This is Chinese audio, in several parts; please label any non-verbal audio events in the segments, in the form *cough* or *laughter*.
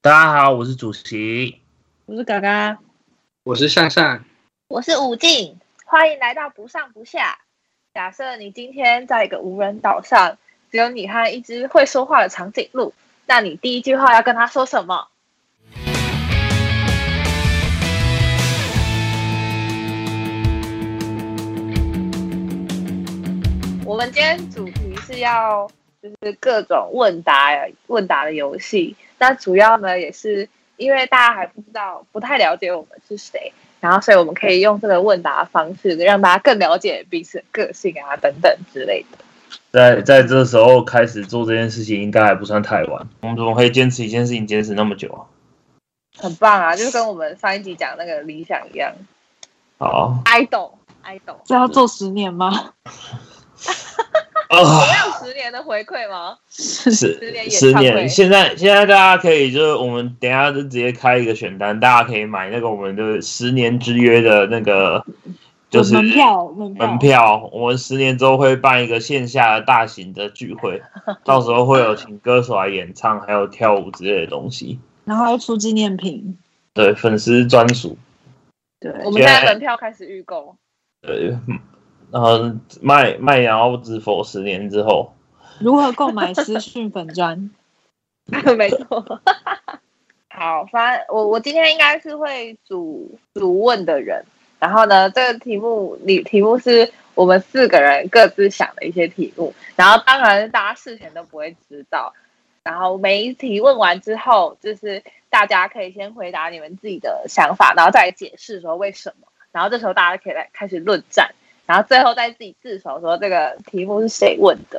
大家好，我是主席。我是嘎嘎，我是向善，我是武静，欢迎来到不上不下。假设你今天在一个无人岛上，只有你和一只会说话的长颈鹿，那你第一句话要跟它说什么？我们今天主题是要就是各种问答问答的游戏，那主要呢也是因为大家还不知道，不太了解我们是谁，然后所以我们可以用这个问答方式，让大家更了解彼此的个性啊等等之类的。在在这时候开始做这件事情，应该还不算太晚。我们怎么可以坚持一件事情坚持那么久啊？很棒啊，就跟我们上一集讲那个理想一样啊好，idol，idol，这要做十年吗？ *laughs* 啊，还有十年的回馈吗？十十年十演唱年，会现在现在大家可以就是我们等一下就直接开一个选单，大家可以买那个我们的十年之约的那个就是门票，门票，门票，我们十年之后会办一个线下的大型的聚 *laughs* 会，到时候会有请歌手来演唱，还有跳舞之类的东西，然后要出纪念品。对粉丝专属。对，我们现在门票开始预购，对，嗯然后卖卖瑶之否十年之后，如何购买私讯粉 *laughs* 砖？ *laughs* 没错。好，反正我我今天应该是会主主问的人，然后呢，这个题目你题目是我们四个人各自想的一些题目，然后当然大家事前都不会知道，然后每一题问完之后，就是大家可以先回答你们自己的想法，然后再解释说为什么，然后这时候大家可以来开始论战，然后最后再自己自首说这个题目是谁问的。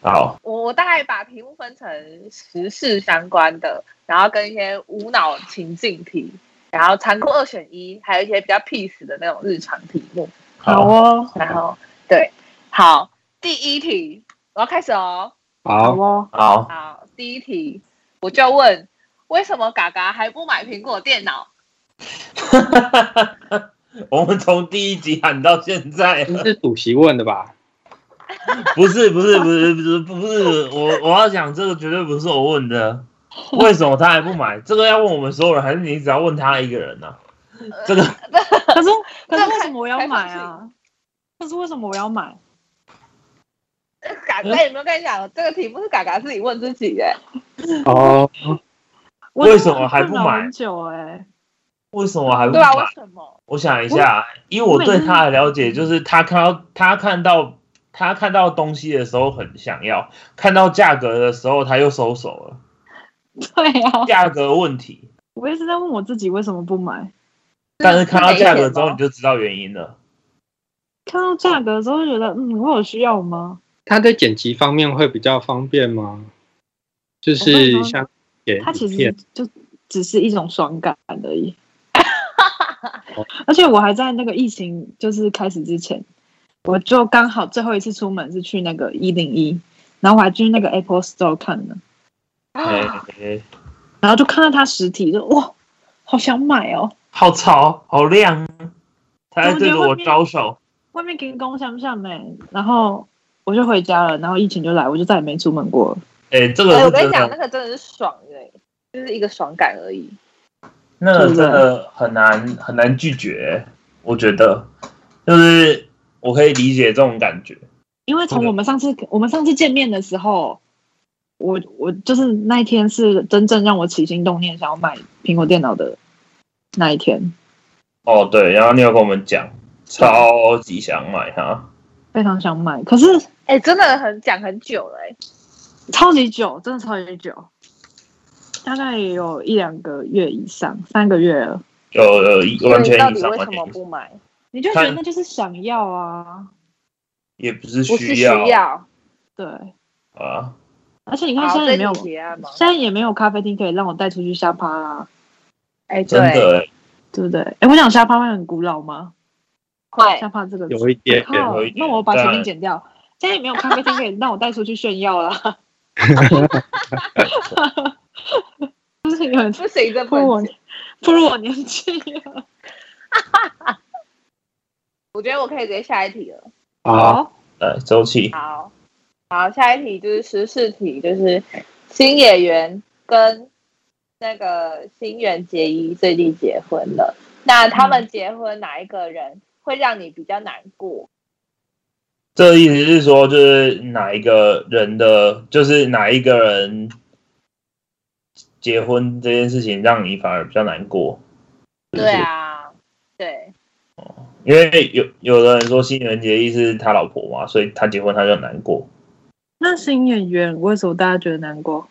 好，我我大概把题目分成时事相关的，然后跟一些无脑情境题，然后残酷二选一，还有一些比较 peace 的那种日常题目。好哦，然后对，好，第一题我要开始哦。好，好哦，好，好，第一题我就问，为什么嘎嘎还不买苹果电脑？我们从第一集喊到现在，这是主席问的吧？不是不是不是不是不是，我我要讲这个绝对不是我问的，为什么他还不买？这个要问我们所有人，还是你只要问他一个人呢、这个 *laughs* 可是可这是样为开什么我要买啊？可是为什么我要买？嘎嘎有没有跟你讲，这个题目是嘎嘎自己问自己的、哦，我真为的什么还不买困扰很久哎，为什么还不对啊，为买？什么？我想一下，啊以我对他的了解，就是他看到他看到他看到东西的时候很想要，看到价格的时候他又收手了。对啊，价格问题，我一直在问我自己为什么不买。但是看到价格之中后你就知道原因了。看到价格的时候就觉得，嗯，我有需要吗？他在剪辑方面会比较方便吗？就我跟你说是像剪它其影实片，就只是一种爽感而已。哦 *laughs* 而且我还在那个疫情就是开始之前，我就刚好最后一次出门是去那个一零一，然后我还去那个 Apple Store 看呢，哎、啊，哎然后就看到它实体，就哇，好想买哦！好潮，好亮，他还对着我招手。外面给工像不像呢？然后我就回家了，然后疫情就来，我就再也没出门过了。哎、这个哎、是我跟你真讲，那的，个真的是爽的、就是一个爽感而已。那个真的很难很难拒绝、我觉得，就是我可以理解这种感觉。因为从我们上次我们上次见面的时候，我我就是那一天是真正让我起心动念想要买苹果电脑的那一天，哦，对，然后你有跟我们讲，超级想买它，非常想买，可是哎、真的很讲很久了、哎，超级久，真的超级久，大概也有一两个月以上，三个月了。就呃完全到以底上为完全以什么上不买？你就觉得看那就是想要啊，也不是不是需需要要。对，啊。而且你看好，现这在也没有，题现提案吗？在也没有咖啡厅可以让我带出去瞎趴啦、哎，真 *laughs* 对，的、对不对？哎，我想瞎趴会很古老吗？会瞎趴这个词有一点靠有一点那我把前面但剪掉。现在也没有咖啡厅可以让我带出去炫耀啦。 *laughs* 就是有人不行，这不不如能我讲。，不如我年纪 *laughs* 了。我觉得我可以直接下一题了。哦啊，来周琦，好，好，下一题就是十四题，就是新演员跟那个新垣结衣最近结婚了，那他嗯们结婚哪一个人会让你比较难过？这意思是说，就是哪一个人的，就是哪一个人结婚这件事情让你反而比较难过。是不对是，啊，对，因为有有的人说新垣结衣是他老婆嘛，所以他结婚他就很难过。那新演员为什么大家觉得难过？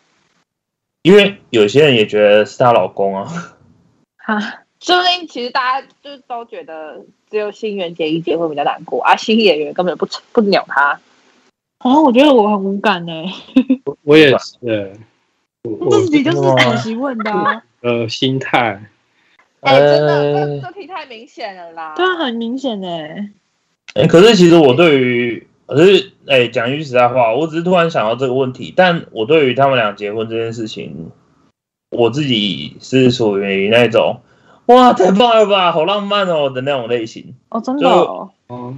因为有些人也觉得是她老公啊，哈，说不定其实大家就都觉得只有新垣结衣结婚比较难过啊，新演员根本不不鸟他。好哦像我觉得我很无感呢、我也是、欸，我我自己就是真的吗主席问 *laughs* 的啊，的心态，哎、真的，哎这这题太明显了啦。对啊，很明显呢、哎、可是其实我对于，可是哎，讲、句实在话，我只是突然想到这个问题，但我对于他们俩结婚这件事情，我自己是属于那种，哇，太棒了吧，好浪漫哦的那种类型。哦，真的、哦，哦，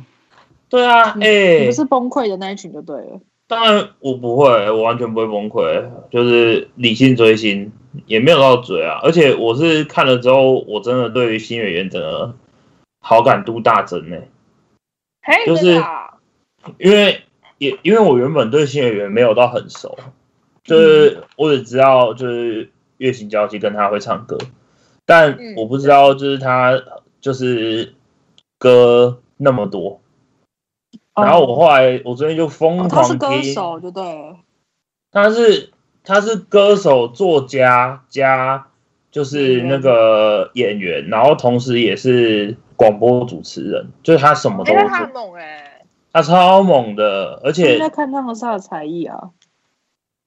对啊，哎、嗯你不是崩溃的那一群就对了。当然我不会，我完全不会崩溃，就是理性追星，也没有到嘴啊。而且我是看了之后，我真的对于新演员的好感度大增呢、欸哎，就真是的啊、因为也因为我原本对新演员没有到很熟，就是我只知道就是月行交际跟他会唱歌，但嗯我不知道就是他就是歌那么多。然后我后来我最近就疯哦狂他是歌听，手就对了，他是他是歌手、作家加就是那个演员，然后同时也是广播主持人，就是他什么都哎、那做，他很猛哎、他超猛的，而且应该看他们是他的才艺啊。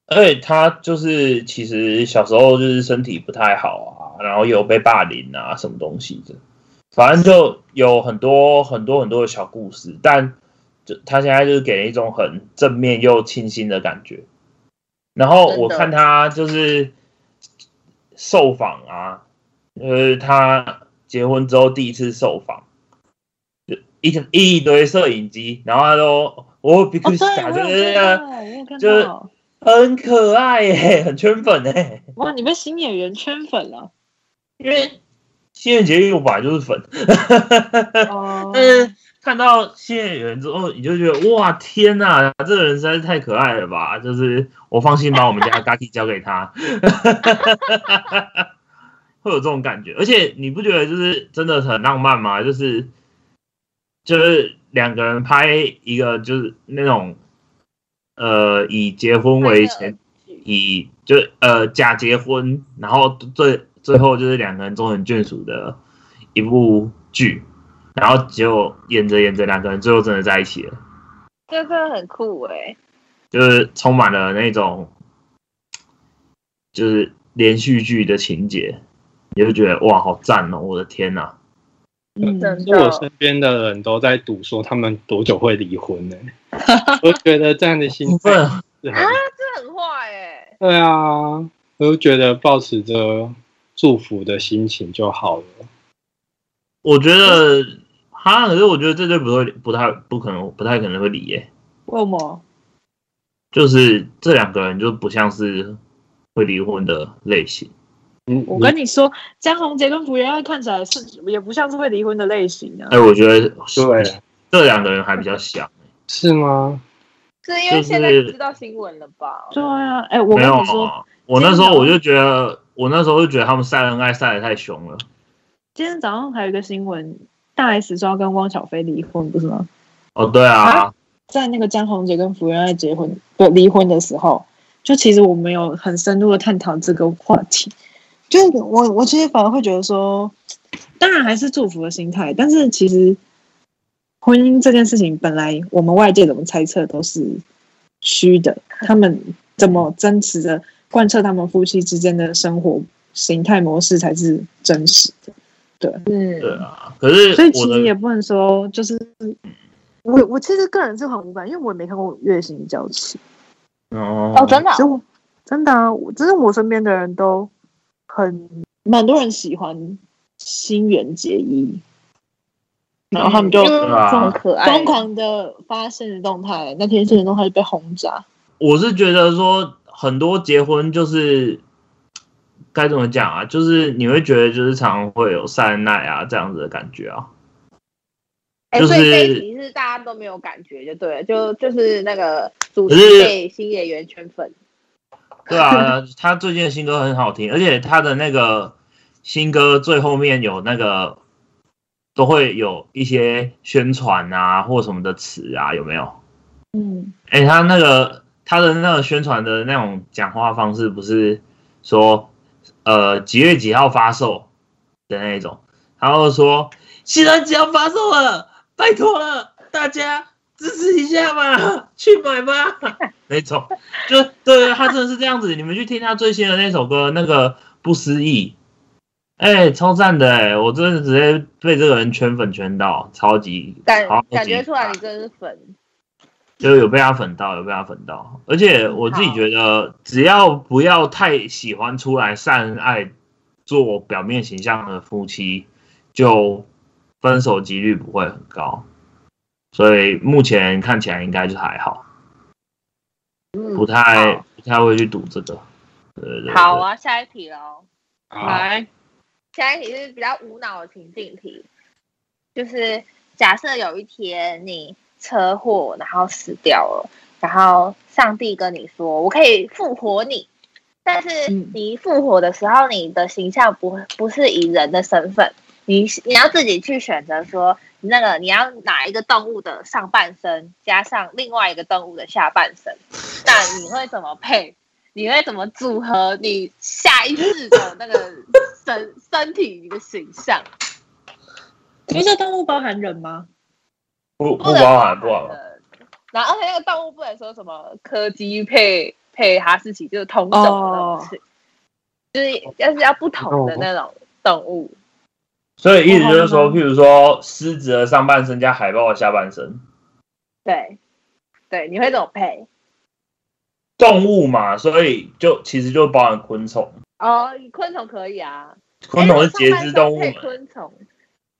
而且他就是其实小时候就是身体不太好啊，然后有被霸凌啊，什么东西的，反正就有很多很多很多的小故事，但就他现在就是给人一种很正面又清新的感觉。然后我真的看他就是受访啊，就是他结婚之后第一次受访，就一一堆摄影机，然后他说我比哦，克 *laughs* 对，斯我塔有就看是到，我有看就是到。很可爱耶、 *laughs* 很圈粉哎、哇，你被新演员圈粉了。因为新垣结衣我本来就是粉，嗯哦， *laughs* 但是看到新演员之后，你就觉得哇天呐、这个人实在是太可爱了吧！就是我放心把我们家 Gaki 交给他， *laughs* 会有这种感觉。而且你不觉得就是真的很浪漫吗？就是就是两个人拍一个就是那种呃以结婚为前以就是呃假结婚，然后最最后就是两个人终成眷属的一部剧，然后结果演着演着两个人最后真的在一起了，这真的很酷哎、就是充满了那种就是连续剧的情节，你就觉得哇好赞哦，我的天呐、嗯真因为我的身边的人都在赌说他们多久会离婚 *laughs* 呢、我觉得这样的心兴态奋是啊这很，很坏哎、对啊，我就觉得保持着祝福的心情就好了。我觉得哈，可是我觉得这对不会不太不可能不太可能会离耶、为什么？就是这两个人就不像是会离婚的类型。嗯，我跟你说，江宏杰跟福原爱看起来是也不像是会离婚的类型啊哎、。我觉得对这两个人还比较像，是吗？是因为现在就是知道新闻了吧？对啊，哎、我没跟有你说，啊。我那时真的候哦我就觉得，我那时候就觉得他们晒恩爱晒的太凶了。今天早上还有一个新闻，大 S 说要跟汪小菲离婚，不是吗？哦，对啊，在那个江宏杰跟福原爱结婚不离婚的时候，就其实我没有很深入的探讨这个话题，就是我我其实反而会觉得说，当然还是祝福的心态，但是其实婚姻这件事情本来我们外界怎么猜测都是虚的，他们怎么真实的贯彻他们夫妻之间的生活形态模式才是真实的，对。对嗯，啊。可是所以其我实也的不能说就是，我我其实个人是很无感，因为我也没看过《月薪娇妻》，哦哦，真的哦、其实我真的啊，我只是我身边的人都很蛮多人喜欢新垣结衣，然后他们就嗯因为对啊这么可爱，疯狂的发现实动态，那天现实动态就被轰炸，我是觉得说很多结婚就是该怎么讲啊？就是你会觉得就是常常会有善耐啊这样子的感觉啊。哎、就是所以这一集是大家都没有感觉，就对了，就就是那个主可是题被新演员圈粉，对啊，他最近的新歌很好听，而且他的那个新歌最后面有那个都会有一些宣传啊或什么的词啊，有没有？嗯，哎、他那个他的那个宣传的那种讲话方式，不是说呃几月几号发售的那一种，然后说现在只要发售了，拜托了，大家支持一下嘛，去买 *laughs* 吧，那种，就对对，他真的是这样子。你们去听他最新的那首歌，那个不思议。哎、超赞的哎、我真的直接被这个人圈粉圈到，超级感超级感觉出来赞你真的是粉。就有被他粉到，有被他粉到。而且我自己觉得，只要不要太喜欢出来善爱做表面形象的夫妻，就分手几率不会很高。所以目前看起来应该就还好，嗯，不太好不太会去赌这个。对对对，好，我要下一题喽。好，下一题是比较无脑的情境题，就是假设有一天你车祸然后死掉了，然后上帝跟你说我可以复活你，但是嗯你复活的时候，你的形象不不是以人的身份，你你要自己去选择说那个你要哪一个动物的上半身加上另外一个动物的下半身，那你会怎么配？你会怎么组合你下一世的那个身身体你的形象？不是动物包含人吗？不不能包含不包含。的。然后而且那个动物不能说什么柯基配配哈士奇，就是同种的哦东西，就是要是要不同的那种动物。所以意思就是说，我好像譬如说狮子的上半身加海豹的下半身，对，对，你会怎么配？动物嘛，所以就其实就包含昆虫，哦，昆虫可以啊，昆虫是诶节肢动物欸上半嘛身配。昆虫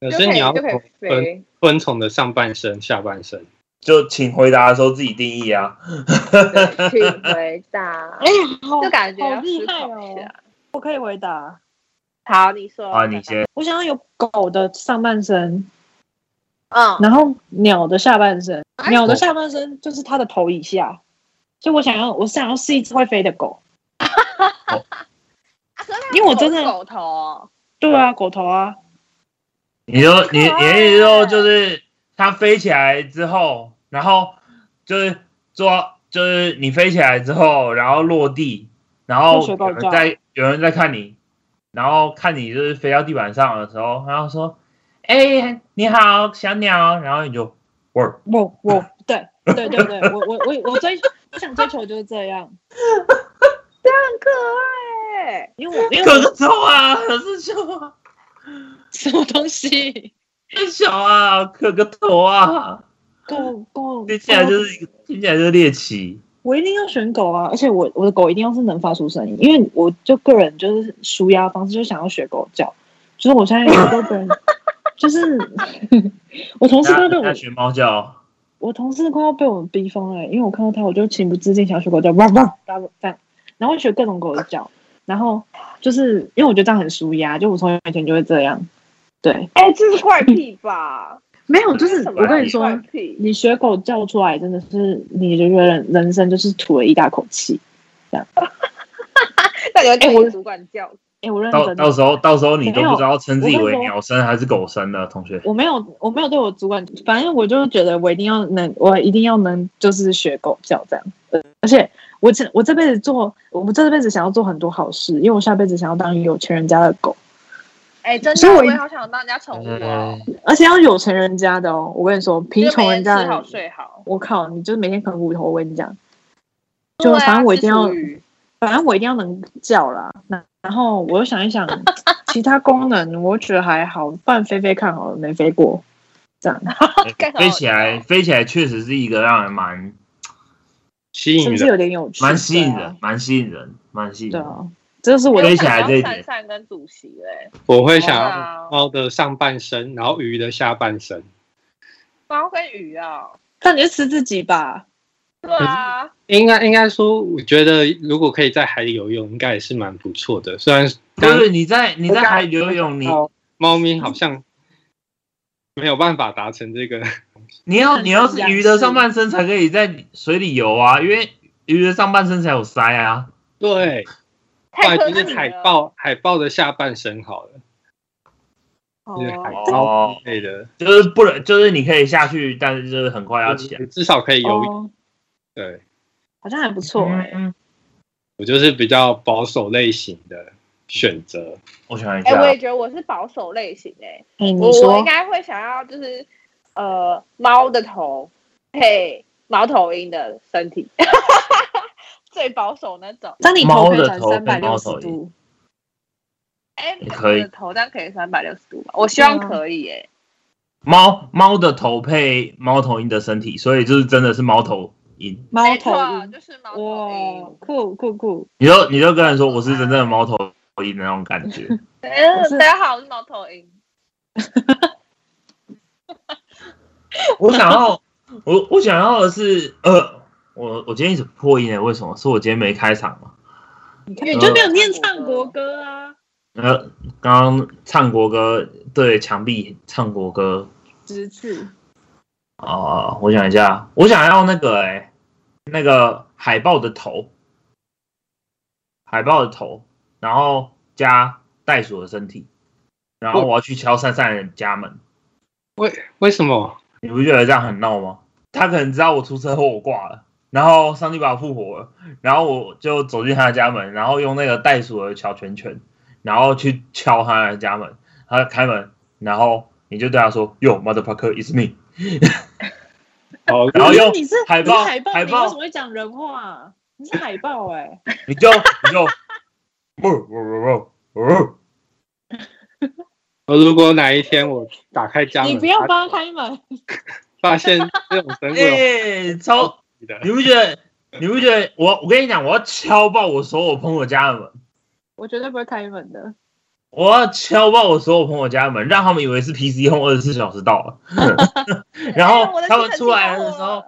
可就是可以你要就可以分飞，昆虫的上半身、下半身，就请回答的时候自己定义啊。对去回答哎，，好就感觉好要厉思害考一哦下。！我可以回答，好，你说啊，你先。我想要有狗的上半身，嗯，然后鸟的下半身，哎鸟的下半身就是它的头以下，所以我想要，我想要是一只会飞的狗。啊可是它因为我真的有狗头哦，对啊，狗头啊，你就你可你爱的意思说就是它飞起来之后，然后就是做就是你飞起来之后，然后落地，然后会学狗有人在有人在看你，然后看你就是飞到地板上的时候，然后说：“哎、你好，小鸟。”然后你就 work。我我对对对对，我我我我追我想追求就是这样，很可爱欸。因为我因为可我是臭啊，可是臭啊，什么东西，太小啊，可个头啊！狗狗听起来就是一个听起来就是猎奇。我一定要选狗啊！而且我我的狗一定要是能发出声音，因为我就个人就是舒压方式，就想要学狗叫。就是我现在有个 *laughs* 人，就是 *laughs* 我同事快要被大我家学猫叫。我同事快要被我逼疯了，因为我看到他，我就情不自禁想要学狗叫，汪汪汪这样，然后学各种狗的叫，然后就是因为我觉得这样很舒压，就我从以前就会这样。对，哎、这是怪癖吧？没有，就是什么我跟你说，怪癖？你学狗叫出来，真的是你就觉得人人生就是吐了一大口气。那你要哎我听主管叫，哎、我认真到的。到时候到时候你都不知道称自己我跟为你说鸟生还是狗生的同 *laughs* 学，我没有，我没有对我主管，反正我就是觉得我一定要能，我一定要能，就是学狗叫这样。呃而且我这我这辈子做，我这辈子想要做很多好事，因为我下辈子想要当有钱人家的狗，哎、真所的，以我我也好想当人家宠物哦。嗯而且要有钱人家的哦。我跟你说，就贫穷啊每天人家吃的好，睡好，我靠，你就是每天啃骨头。我跟你讲，就对啊反正我一吃定要厨余反正我一定要能叫啦。那然后我又想一 *laughs* 想，其他功能我觉得还好，不然飞飞看好了，没飞过，这样哎 *laughs* 哦干好飞起来飞起来确实是一个让人蛮吸是引不是有人。点有趣？蛮吸引对啊人，蛮吸引人，蛮吸引对人。啊，这就是我的飞起来我想这一要点闪闪跟主席嘞，我会想要哇猫的上半身，然后鱼的下半身。猫跟鱼啊，那你就吃自己吧。对啊，应该应该说，我觉得如果可以在海里游泳，应该也是蛮不错的。虽然就刚是你在你在海里游泳，你哦猫咪好像没有办法达成 *laughs* 这个，你要你要是鱼的上半身才可以在水里游啊，因为鱼的上半身才有鳃啊。对，后太来科就技是海了。豹海豹的下半身好了，就是海哦，豹之类的，就是不能，就是你可以下去，但是就是很快要起来。至少可以游泳。哦，对好像还不错哎、嗯，我就是比较保守类型的选择，我想一哎、下，啊我也觉得我是保守类型哎、我哎、你我说应该会想要就是呃猫的头配猫头鹰的身体， *laughs* 最保守那种。当你猫头可以的转头三百跟猫六头十一样度，哎、也可以我的头这样可以三百六十度吧？我希望对啊可以哎、猫猫的头配猫头鹰的身体，所以就是真的是猫头鹰。猫没头错，啊鹰，就是猫头哇鹰，。酷酷酷！你就你就跟人说我是真正的猫头鹰的那种感觉。哎、我是大家好，我是猫头鹰。我想要，我我想要的是，呃，我我今天一直破音诶，欸为什么？是我今天没开场吗？因你就没有念唱国歌啊呃，刚刚唱国歌，对墙壁唱国歌。直刺哦、我想一下，我想要那个诶，欸那个海豹的头，海豹的头，然后加袋鼠的身体，然后我要去敲珊珊的家门。为什 *laughs* 么？你不觉得这样很闹吗？他可能知道我出车祸，我挂了，然后上帝把我复活了，然后我就走进他的家门，然后用那个袋鼠的小拳拳，然后去敲他的家门，他开门，然后你就对他说，Yo motherfucker，it's me，哦，然后可是用你是哎海你是报海报，海你报为什么会讲人话啊、你是海报哎、你就你就，哦喔喔喔喔喔我如果哪一天我打开家门，你不要帮他开门，发现这种生 *laughs* 物有哎，超，问题的，你不觉得？你不觉得我？我跟你讲，我要敲爆我所有朋友家的门，我绝对不会开门的。我要敲爆我所有朋友家的门，让他们以为是 PC Home 二十四小时到了。 *laughs* 然后哎我的他们气氛出来的激动时候了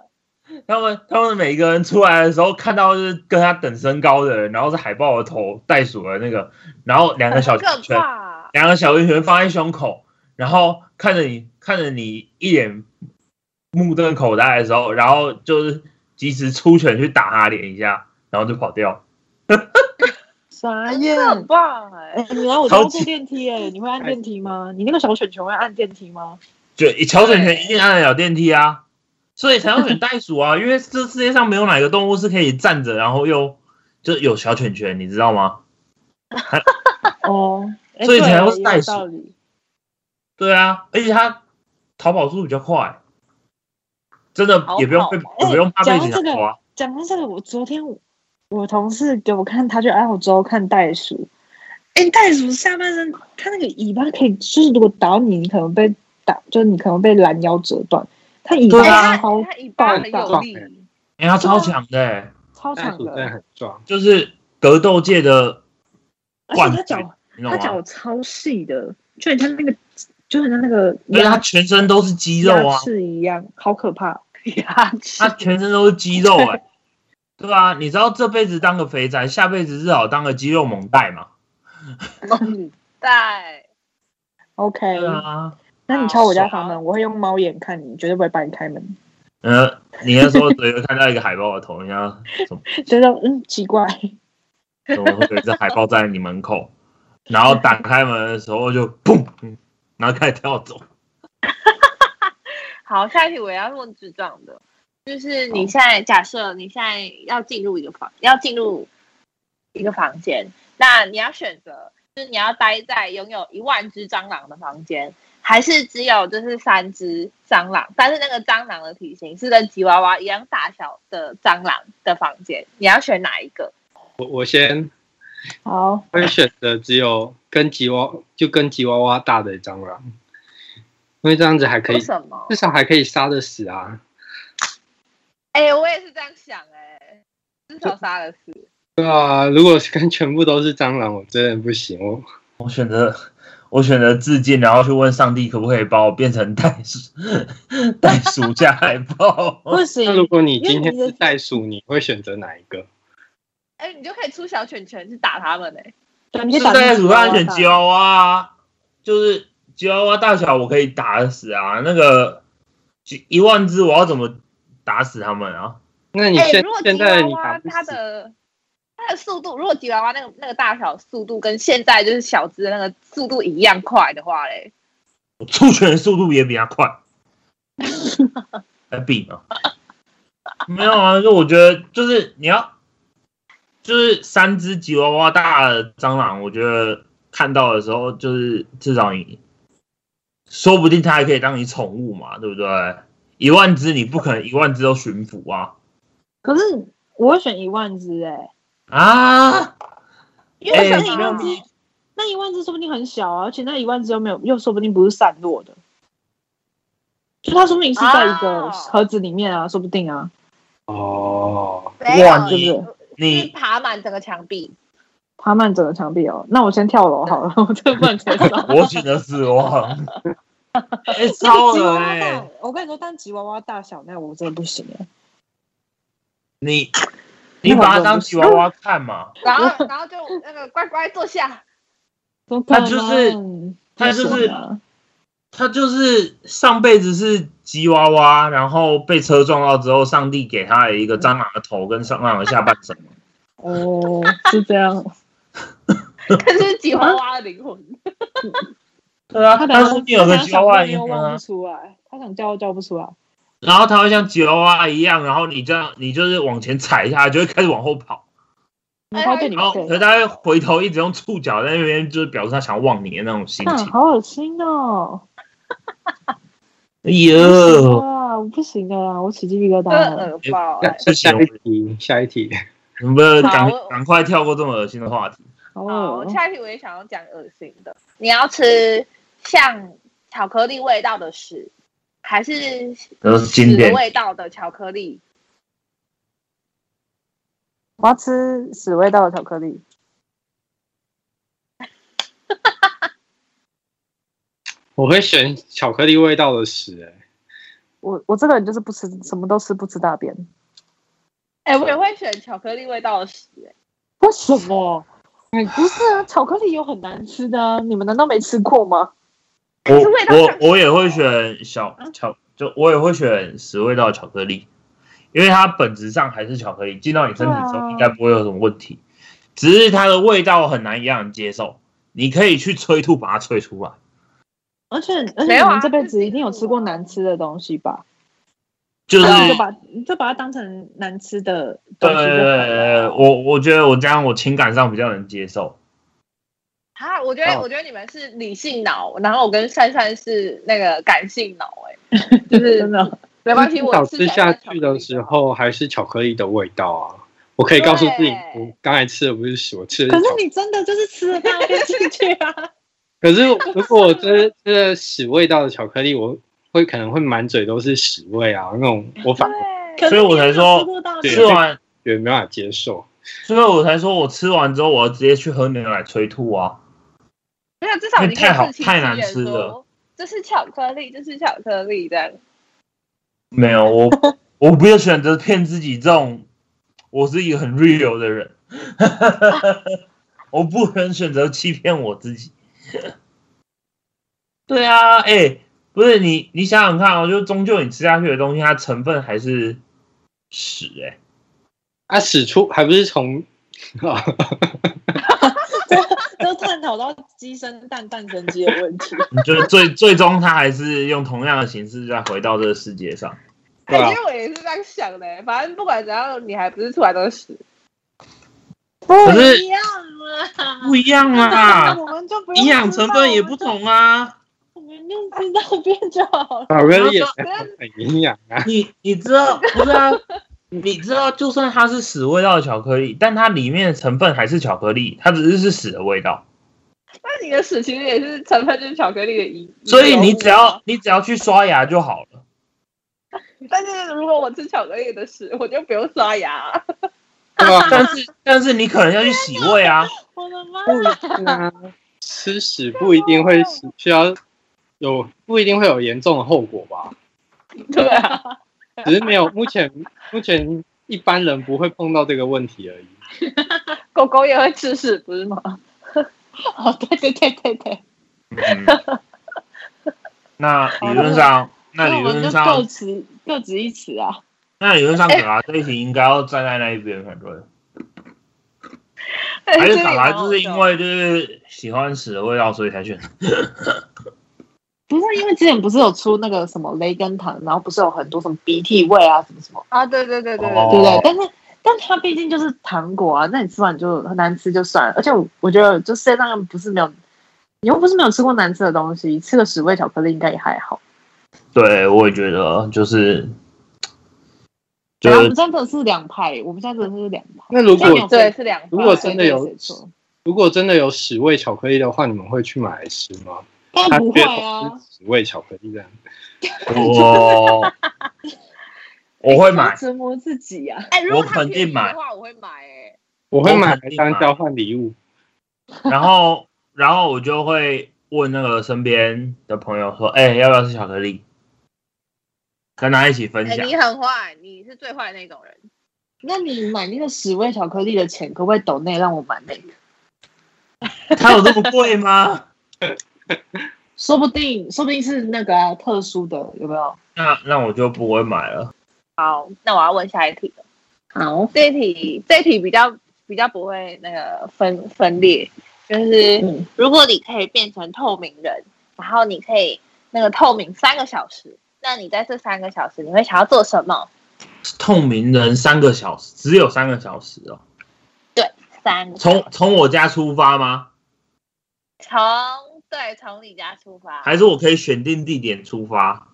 他们他们每一个人出来的时候，看到就是跟他等身高的人，然后是海豹的头、袋鼠的那个，然后两个 *laughs* 小哎很拳可拳，怕，两个小拳拳放在胸口，然后看着你看着你一脸目瞪口呆的时候，然后就是及时出拳去打他脸一下，然后就跑掉。傻真眼！的很棒哎、哎、你来我家超级坐电梯哎、你会按电梯吗？你那个小犬犬会按电梯吗？就小卷拳一定按得了电梯啊，所以才要选袋鼠啊，因为这世界上没有哪个动物是可以站着然后又就有小犬犬，你知道吗？哦，哎所以对才也会有袋鼠道理。对啊，而且它逃跑速度比较快，真的也不用被逃跑也不用怕被哎警察讲到这个抓。讲到这个，我昨天我同事给我看，他去澳洲看袋鼠。哎、袋鼠下半身，它那个尾巴可以，就是如果打你，你可能被打，就是你可能被拦腰折断。它尾对哎啊巴它超、它尾巴很有力，哎、它啊超强的、欸，超袋长鼠真的的，很壮，就是格斗界的而且冠它军脚，你懂它脚吗？超细的，就很像那个，就很像那个对，啊它牙全身都是肌肉牙啊，齿一样，好可怕。牙齿它全身都是肌肉、哎，对啊，你知道这辈子当个肥宅，下辈子至少当个肌肉猛带嘛？猛带。 OK，、对啊，那你敲我家好房门，我会用猫眼看你，绝对不会帮你开门。呃，你那时候只有看到一个海豹的头，你要怎么觉得嗯奇怪，怎么会有一只海豹站在你门口？然后打开门的时候就砰，嗯然后开始跳走。好，下一题我也要问智障的，就是你现在假设你现在要进入一个房，要进入一个房间，那你要选择，就是你要待在拥有一万只蟑螂的房间，还是只有就是三只蟑螂，但是那个蟑螂的体型是跟吉娃娃一样大小的蟑螂的房间，你要选哪一个？我我先好，会选择只有跟吉娃就跟吉娃娃大的蟑螂，因为这样子还可以为，什么至？少还可以杀得死啊。哎、我也是这样想、哎，至少杀了死。哎对啊，如果是跟全部都是蟑螂，我真的不行，我我选择我选择自尽，然后去问上帝可不可以把我变成袋鼠袋鼠加海 *laughs* 豹。不那行如，果你今因为天你的是袋鼠，你会选择哪一个？哎、你就可以出小拳拳去打他们欸呢、对你是就打袋鼠安全打吉娃娃，就是吉娃娃大小我可以打得死啊。那个几一万只，我要怎么打死他们啊？那你哎、现如果现吉在娃你打娃不它死，的它的速度，如果吉娃娃那个那个大小速度跟现在就是小只的那个速度一样快的话嘞，我出拳的速度也比他快，还比吗？没有啊，就我觉得就是你要，就是三只吉娃娃大的蟑螂，我觉得看到的时候就是至少你，说不定它还可以当你宠物嘛，对不对？一万只你不可能一万只都驯服啊可是我会选一万只哎、啊！因为哎那一万只，没有那一万只说不定很小啊，而且那一万只又没有，又说不定不是散落的，就它说不定是在一个哦盒子里面啊，说不定啊，哦，没哇有对不对？是你 *laughs* 爬满整个墙壁。爬满整个墙壁哦。那我先跳楼好了，我这个不能接受。我选择死亡，哎、 *laughs* 超吉娃了娃哎、大，我跟你说，但吉娃娃大小那我真的不行哎、你你把它当吉娃娃看嘛，然后，然后就那个乖乖坐下， *laughs* 怎么可能它就是它就是不行啊他就是上辈子是吉娃娃，然后被车撞到之后，上帝给他的一个蟑螂的头跟蟑螂的下半身嘛。哦， *laughs* 是这样，可是吉娃娃的灵魂。 *laughs* 对啊，等但下是你有个吉娃娃他等下想问一样又望啊不，出来，他想叫又叫不出来。然后它会像吉娃娃一样，然后你这样，你就是往前踩一下，它就会开始往后跑，哎他对你然后嗯对可是它会回头一直用触角在那边，就是表示它想望你的那种心啊，情。好恶心哦！哎不行呦，啊，我不行的啦，我起鸡皮疙瘩真的了。耳爆、哎那不那下行一题，下一题，你们赶好赶快跳过这么恶心的话题。好恶好，下一题我也想要讲恶心的。你要吃像巧克力味道的屎，还是都是经屎典的味道的巧克力？我要吃屎味道的巧克力。我会选巧克力味道的屎、哎，我我这个人就是不吃，什么都吃，不吃大便。哎、我也会选巧克力味道的屎、哎为什么？不是啊，巧克力有很难吃的啊，你们难道没吃过吗？我是味道上我我也哦会选小巧，就我也会选十味道巧克力，因为它本质上还是巧克力，进到你身体之对啊后应该不会有什么问题，只是它的味道很难让人接受。你可以去催吐把它催出来，而且而没且有你啊们这辈子一定有吃过难吃的东西吧？就是那你对就把你就把它当成难吃的对东西就好对对对，了。我我觉得我这样我情感上比较能接受。啊，我觉得，哦我觉得你们是理性脑，然后我跟珊珊是那个感性脑、哎， *laughs* 就是真的，没关系，我早起吃来下像巧去克的力时候还是巧克力的味道啊！我可以告诉自己，对我刚才吃的不是屎，我吃的可是是巧克力。你真的就是吃了大便进去啊！可是如果我吃吃了屎味道的巧克力，我会可能会满嘴都是屎味啊，那种我反而对，可所是以我才说你有没有吃过对大便吃完，觉得没办法接受。所以我才说我吃完之后我要直接去喝牛奶催吐啊。没有，至少你可以太好自欺太欺难人吃了说，这是巧克力，这是巧克力这样。没有，我 *laughs* 我不要选择骗自己这种，我是一个很 real 的人， *laughs* 我不能选择欺骗我自己。对啊，哎、不是你，你想想看哦，就终究你吃下去的东西，它成分还是屎、哎，啊，屎出还不是从啊 *laughs* 都探讨到鸡生蛋，蛋生鸡的问题。你觉得最 *laughs* 最终它还是用同样的形式再回到这个世界上？对哎、啊其实我也是这样想的、反正不管怎样，你还不是出来都是屎。可是一样啊，不一样啊， *laughs* 我们就不用营养知道成分也不，同啊。我们就知道变就好了。巧克哦力也没有很营养啊？ *laughs* 你你知道不是啊？你知道，就算它是屎味道的巧克力，但它里面的成分还是巧克力，它只是是屎的味道。那你的屎其实也是成分就是巧克力的一，所以一种你只物啊要你只要去刷牙就好了。但是如果我吃巧克力的屎，我就不用刷牙。对吧？但是但是你可能要去洗胃啊，我的妈！ *laughs* 不一定啊，吃屎不一定会死需要有不一定会有严重的后果吧？对啊，只是没有目前目前一般人不会碰到这个问题而已。狗狗也会吃屎，不是吗？啊哦，对对对对对，嗯， *laughs* 那理论上，那所理以我们论就各上，执各执一词啊。那理论上，卡拉这一题应该要站在那一边才对。哎还是卡拉就是因为就是喜欢屎的味道，所以才选。不是因为之前不是有出那个什么雷根糖，然后不是有很多什么鼻涕味啊，什么什么，啊，对对对对哦对，对不对？但是但它毕竟就是糖果啊，那你吃完就很难吃就算了。而且我我觉得，就世界上不是没有，你又不是没有吃过难吃的东西，吃个十味巧克力应该也还好。对，我也觉得就是，就哎然后我是们真的是两派，我们现在真的是两派。那如果对对是两块。如果真的有谁对谁错如果真的有屎味巧克力的话，你们会去买来吃吗？但它不会缺啊口，是屎味巧克力这样。我哎我会买，折磨自己啊！哎，如果我它肯定便宜的买话，我会买哎。我会买我肯来定当买交换礼物。然后然后我就会问那个身边的朋友说，哎、要不要吃巧克力？跟他一起分哎，享。你很坏，你是最坏的那种人。那你买那个十味巧克力的钱，可不可以抖内让我买那个？它有这么贵吗？说不定，说不定是那个、啊、特殊的，有没有？那那我就不会买了。好，那我要问下一题了。好，这一题，这一题比较比较不会那个分分裂，就是嗯，如果你可以变成透明人，然后你可以那个透明三个小时，那你在这三个小时你会想要做什么？透明人三个小时，只有三个小时哦。三个从从我家出发吗？从对从你家出发，还是我可以选定地点出发？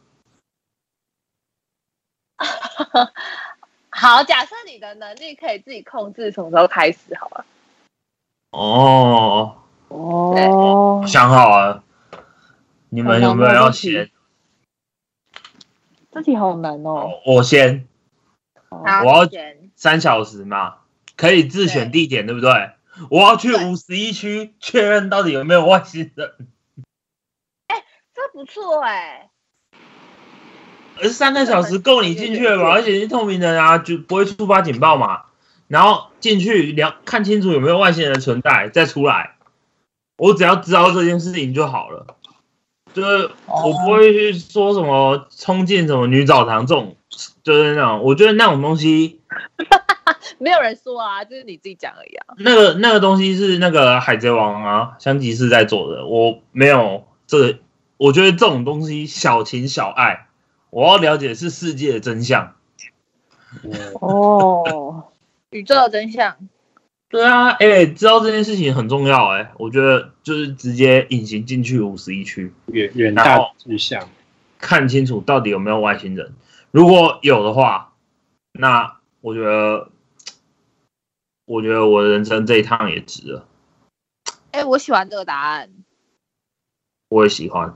好，假设你的能力可以自己控制什么时候开始，好了，哦，哦我，想好了。你们有没有要先？这题好难哦。哦我先好，我要选三小时嘛，可以自选地点，对不对？我要去五十一区确认到底有没有外星人。这不错哎、而三个小时够你进去了吧？对而且是透明人啊，就不会触发警报嘛。然后进去了看清楚有没有外星人存在，再出来。我只要知道这件事情就好了，就是我不会去说什么冲进什么女澡堂这种，就是那种我觉得那种东西，没有人说啊，就是你自己讲而已啊。那个那个东西是那个海贼王啊香吉士在做的，我没有这个，我觉得这种东西小情小爱，我要了解是世界的真相。哦，宇宙的真相，对啊，哎、知道这件事情很重要、哎，我觉得就是直接隐形进去五十一区，远远然大后志向，看清楚到底有没有外星人。如果有的话，那我觉得，我觉得我的人生这一趟也值了，哎、我喜欢这个答案，我也喜欢。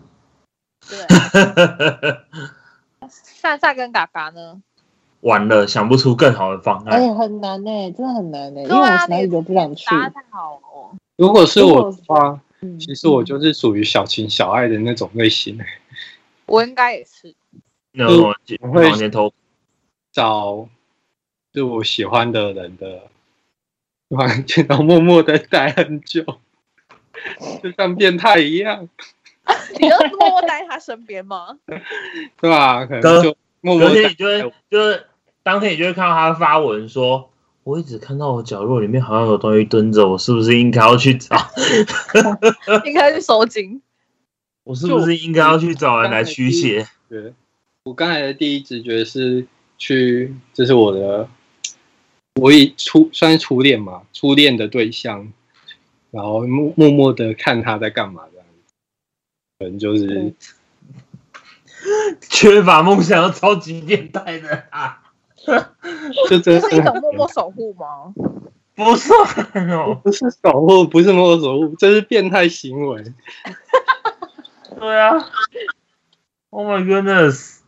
*laughs* 对， *laughs* 善善跟嘎嘎呢？完了，想不出更好的方而案。且哎很难呢、真的很难欸呢、因对为我啊哪里都不想去答。案太好哦，如果是如我果的话，嗯其实我就是属于小情小爱的那种类型，我应该也是。那嗯我我会往前投，找就我喜欢的人的，突然间然后默默的待很久，就像变态一样，你要默默待在他身边 *laughs* 吗？对吧？可哥能就默默隔天地你就会就是当天你就会看到他发文说。我一直看到我角落里面好像有东西蹲着，我是不是应该要去找？ *laughs* 应该是收紧。我是不是应该要去找人来驱邪？觉。我刚才的第一直觉是去，这、是我的，我以初算是初恋嘛，初恋的对象，然后默默默的看他在干嘛这样子，可能嗯就是 *laughs* 缺乏梦想的超级变态的啊！ *laughs* 就真这的是一种默默守护吗？不算哦，不是 *laughs* 守护，不是摸守护，这是变态行为。对啊，Oh my goodness！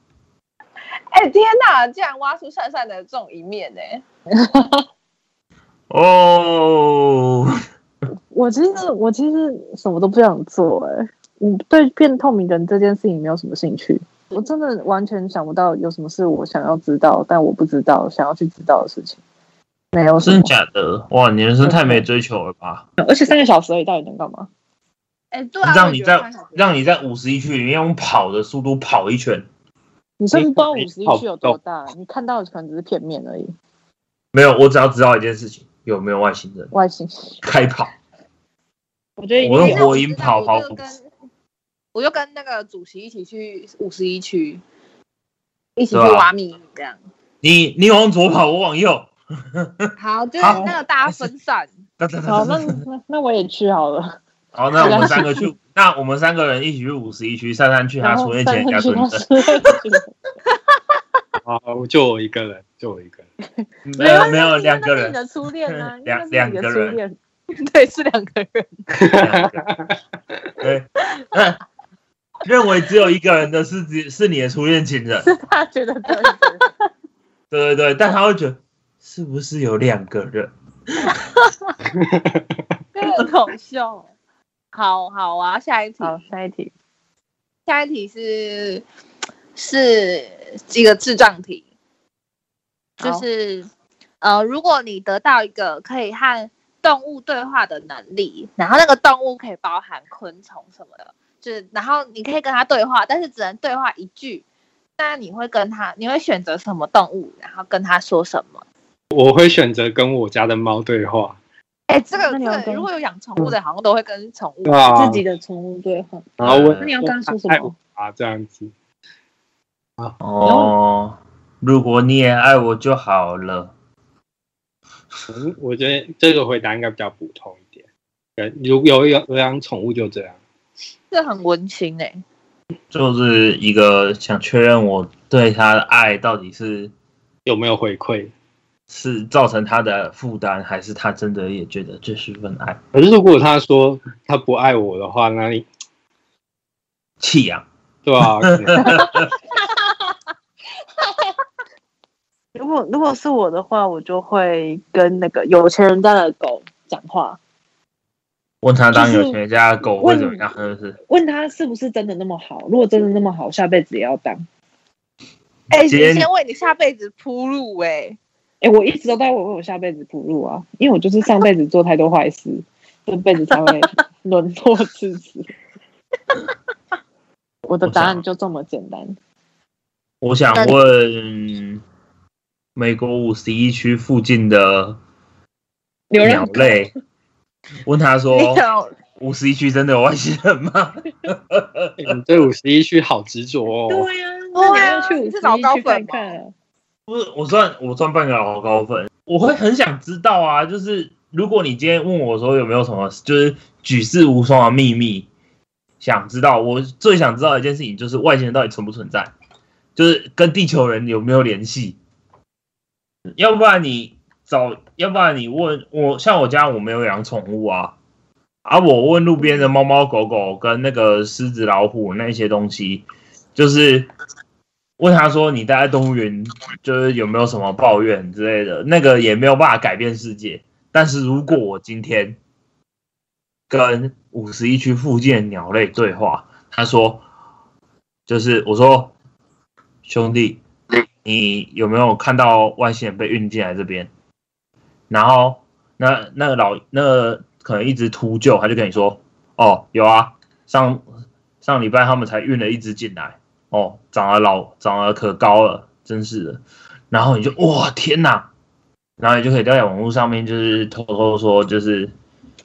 哎、天哪！竟然挖出善善的这种一面呢、哦、 *laughs* 我其实我其实什么都不想做哎、我对变透明人这件事情没有什么兴趣。我真的完全想不到有什么是我想要知道，但我不知道想要去知道的事情，没有什真么的。假的？哇，你人生太没追求了吧！而且三个小时而已，到底能干嘛？哎，对啊，让我你觉得在看起来让你在五十一区里面用跑的速度跑一圈，你甚至不知道五你十一跑区有多大，你看到的可能只是片面而已。没有，我只要知道一件事情，有没有外星人外星，开跑。我觉得我哎用那火知影道跑我跑就步跟我就跟那个主席一起去五十一区，一起去对啊挖米 *laughs* 这样。你你往左跑，我往右，好，就是好那个大家分散。哒哒哒好，哒那哒那那我也去好了。好，那我们三个去，那我们三个人一起去五十一区，珊珊去然他后出院三前天加去蹲他针， *laughs* 啊，就我一个人，就我一个人。没有没有两个你人，的初恋 *laughs* 啊，两因为那是你的两个人初恋， *laughs* 对，是两个人。 *laughs* 两个对，那认为只有一个人的是只是你的初恋情人，他觉得可以，对对对，但他会觉得是不是有两个人？ *laughs* 这个很搞笑。好好啊，下一题，好，下一题，下一题是是一个智障题，就好是呃，如果你得到一个可以和动物对话的能力，然后那个动物可以包含昆虫什么的，就是然后你可以跟它对话，但是只能对话一句。那你会跟它，你会选择什么动物，然后跟它说什么？我会选择跟我家的猫对话，哎，这个那这你要个跟嗯如果有养宠物的，好像都会跟宠物对啊，自己的宠物对话。然后问呃那你要跟他说什爱么我？啊这样子。哦，如果你也爱我就好了。嗯，我觉得这个回答应该比较普通一点。对，如有有有养宠物就这样。这很温馨哎、就是一个想确认我对他的爱到底是有没有回馈？是造成他的负担，还是他真的也觉得这是份爱？可是如果他说他不爱我的话，那你弃养，对吧、可能如果如果是我的话，我就会跟那个有钱人家的狗讲话，问他当有钱人家的狗会怎么样，是不是？问他是不是真的那么好。如果真的那么好，下辈子也要当。哎、你今天先为你下辈子铺路哎、哎，我一直都在为我下辈子铺路啊，因为我就是上辈子做太多坏事，这辈子才 *laughs* 会沦落至此。 *laughs* 我的答案就这么简单。我想问美国五十一区附近的流鸟浪狗类，问他说你有五十一区真的有外星人吗？你对五十一区好执着哦。对呀、啊，对啊那你要去你五是十老一高去看粉看啊。不是，我算我算半个老高粉，我会很想知道啊，就是如果你今天问我说有没有什么就是举世无双的秘密，想知道，我最想知道的一件事情就是外星人到底存不存在，就是跟地球人有没有联系，要不然你找，要不然你问我，像我家我没有养宠物啊，啊，我问路边的猫猫狗狗跟那个狮子老虎那些东西，就是问他说你待在动物园就是有没有什么抱怨之类的，那个也没有办法改变世界。但是如果我今天跟五十一区附近的鸟类对话，他说，就是我说兄弟，你有没有看到外星人被运进来这边？然后那那个老那个可能一直秃鹫，他就跟你说，哦，有啊，上上礼拜他们才运了一只进来，哦，长得老长得可高了，真是的。然后你就哇天哪，然后你就可以在网络上面就是偷偷说，就是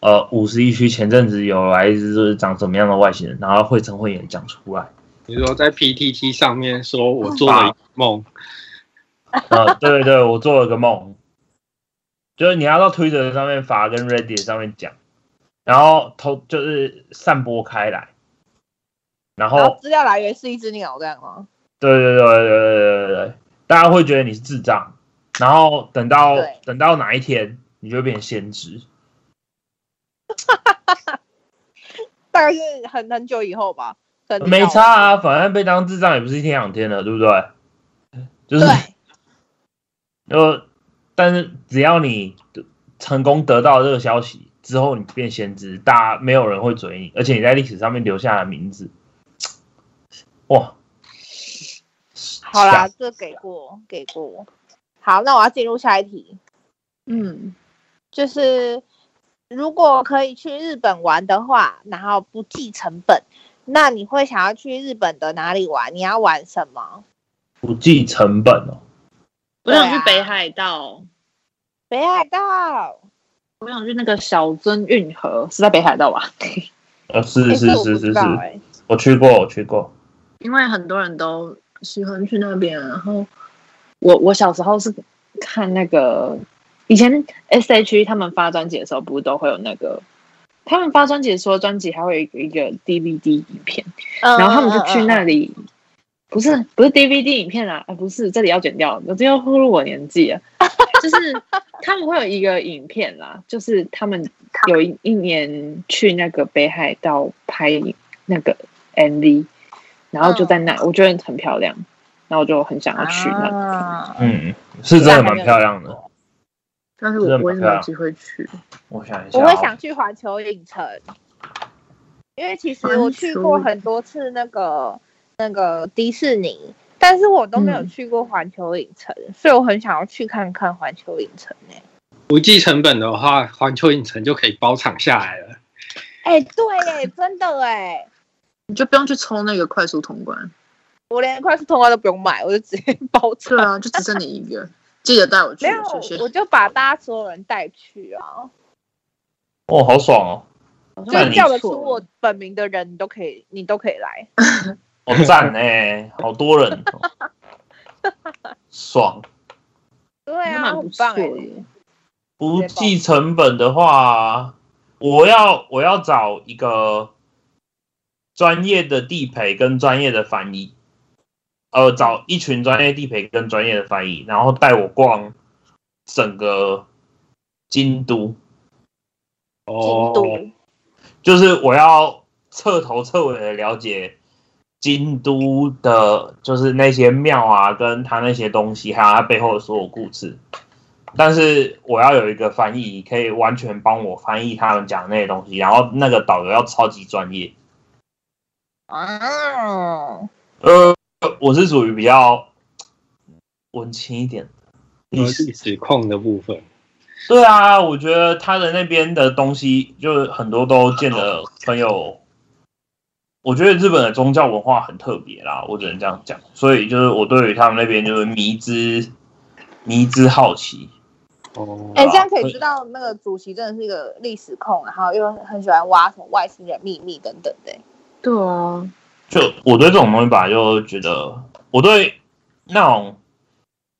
呃五十一区前阵子有来一只就是长什么样的外星人，然后绘声绘影地讲出来。你说在 PTT 上面说我做了一个梦，呃，对对对，我做了个梦，就是你要到 Twitter 上面发跟 Reddit 上面讲，然后偷就是散播开来，然然后后资料来源是一只鸟这样哦吗？对对对对对对对，大家会觉得你是智障，然后等到对等到哪一天，你就会变先知。大概是很很久以后吧，可能没差啊，反正被当智障也不是一天两天了，对不对？就对是呃，但是只要你得成功得到这个消息，之后你变先知，大家没有人会追你，而且你在历史上面留下的名字，哇！好啦，啊这给过，给过。好，那我要进入下一题，嗯，就是如果可以去日本玩的话，然后不计成本，那你会想要去日本的哪里玩？你要玩什么？不计成本哦，我啊想去北海道，北海道。我想去那个小樽运河，是在北海道吧？ *laughs* 呃，是诶是这我是不知是是道，哎诶我去过，我去过，因为很多人都喜欢去那边，然后我我小时候是看那个以前 S H E 他们发专辑的时候，不是都会有那个他们发专辑的时候，专辑还会有一个一个 D V D 影片，嗯然后他们就去那里，不是不是 D V D 影片啊，啊不是这里要剪掉，我这又暴露我年纪了，就是他们会有一个影片啦，就是他们有一一年去那个北海道拍那个 M V，然后就在那，我觉得很漂亮。然后我就很嗯想要去那里啊嗯，是真的蛮漂亮的。但是真的我不不会漂没有亮机会去。我想一下我哦，会想去环球影城，因为其实我去过很多次那个那个迪士尼，但是我都没有去过环球影城，所以我很想要去看看环球影城欸诶、不计成本的话，环球影城就可以包场下来了。哎、对耶、真的哎、你就不用去抽那个快速通关，我连快速通关都不用买，我就直接包车对。啊，就只剩你一个，记得带我去没有，，谢我谢。就把大家所有人带去啊，哦，好爽哦，好就那是像你不叫得出错我本名的人，你都可以，你都可以来。好 *laughs* 赞哎，好多人哦， *laughs* 爽。对还啊，蛮不很错棒哎、耶。不计成本的话，我要我要找一个专业的地陪跟专业的翻译，呃，找一群专业地陪跟专业的翻译，然后带我逛整个京都，京都，哦，就是我要彻头彻尾的了解京都的，就是那些庙啊，跟他那些东西，还有他背后的所有故事。但是我要有一个翻译，可以完全帮我翻译他们讲的那些东西，然后那个导游要超级专业。啊，呃，我是属于比较文青一点，有历史历史控的部分，对啊，我觉得他的那边的东西，就是很多都建得很有。我觉得日本的宗教文化很特别啦，我只能这样讲。所以就是我对于他们那边就是迷之迷之好奇。哦，哎、吧这样可啊所以以知道那个主席真的是一个历史控，然后又很喜欢挖什么外星人秘密等等的、对啊，就我对这种东西本来就觉得，我对那种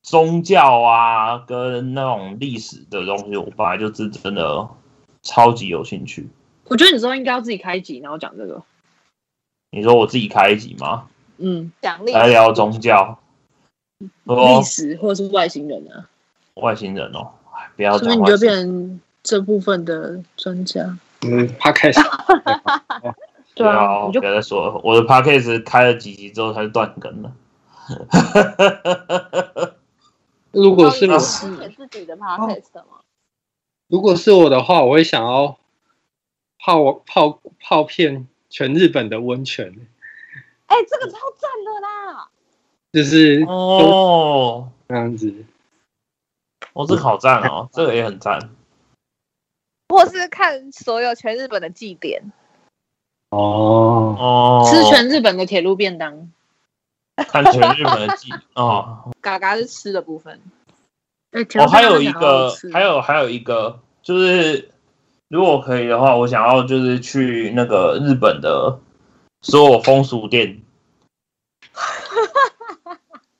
宗教啊跟那种历史的东西，我本来就是真的超级有兴趣。我觉得你之后应该要自己开一集，然后讲这个。你说我自己开一集吗？嗯，奖励来聊宗教，哦历史或者是外星人啊，外星人哦，哎不要说不讲定你外就星变人。成这部分的专家。嗯，他开始不对啊，要你不就要再说了，我的 podcast 开了几集之后它就断更 *laughs* 了。如果是然我，后你写自己的 podcast 吗？如果是我的话，我会想要泡泡泡遍全日本的温泉，哎、这个超赞的啦！就是哦，那样子。哦，这个好赞 *laughs* 哦，这个也很赞。或是看所有全日本的祭典，哦，哦，吃全日本的铁路便当，看全日本的记 *laughs* 哦，嘎嘎是吃的部分。哎，甜我、不哦、还甜有真的一好个好吃，还有还有一个就是，如果可以的话，我想要就是去那个日本的所有风俗店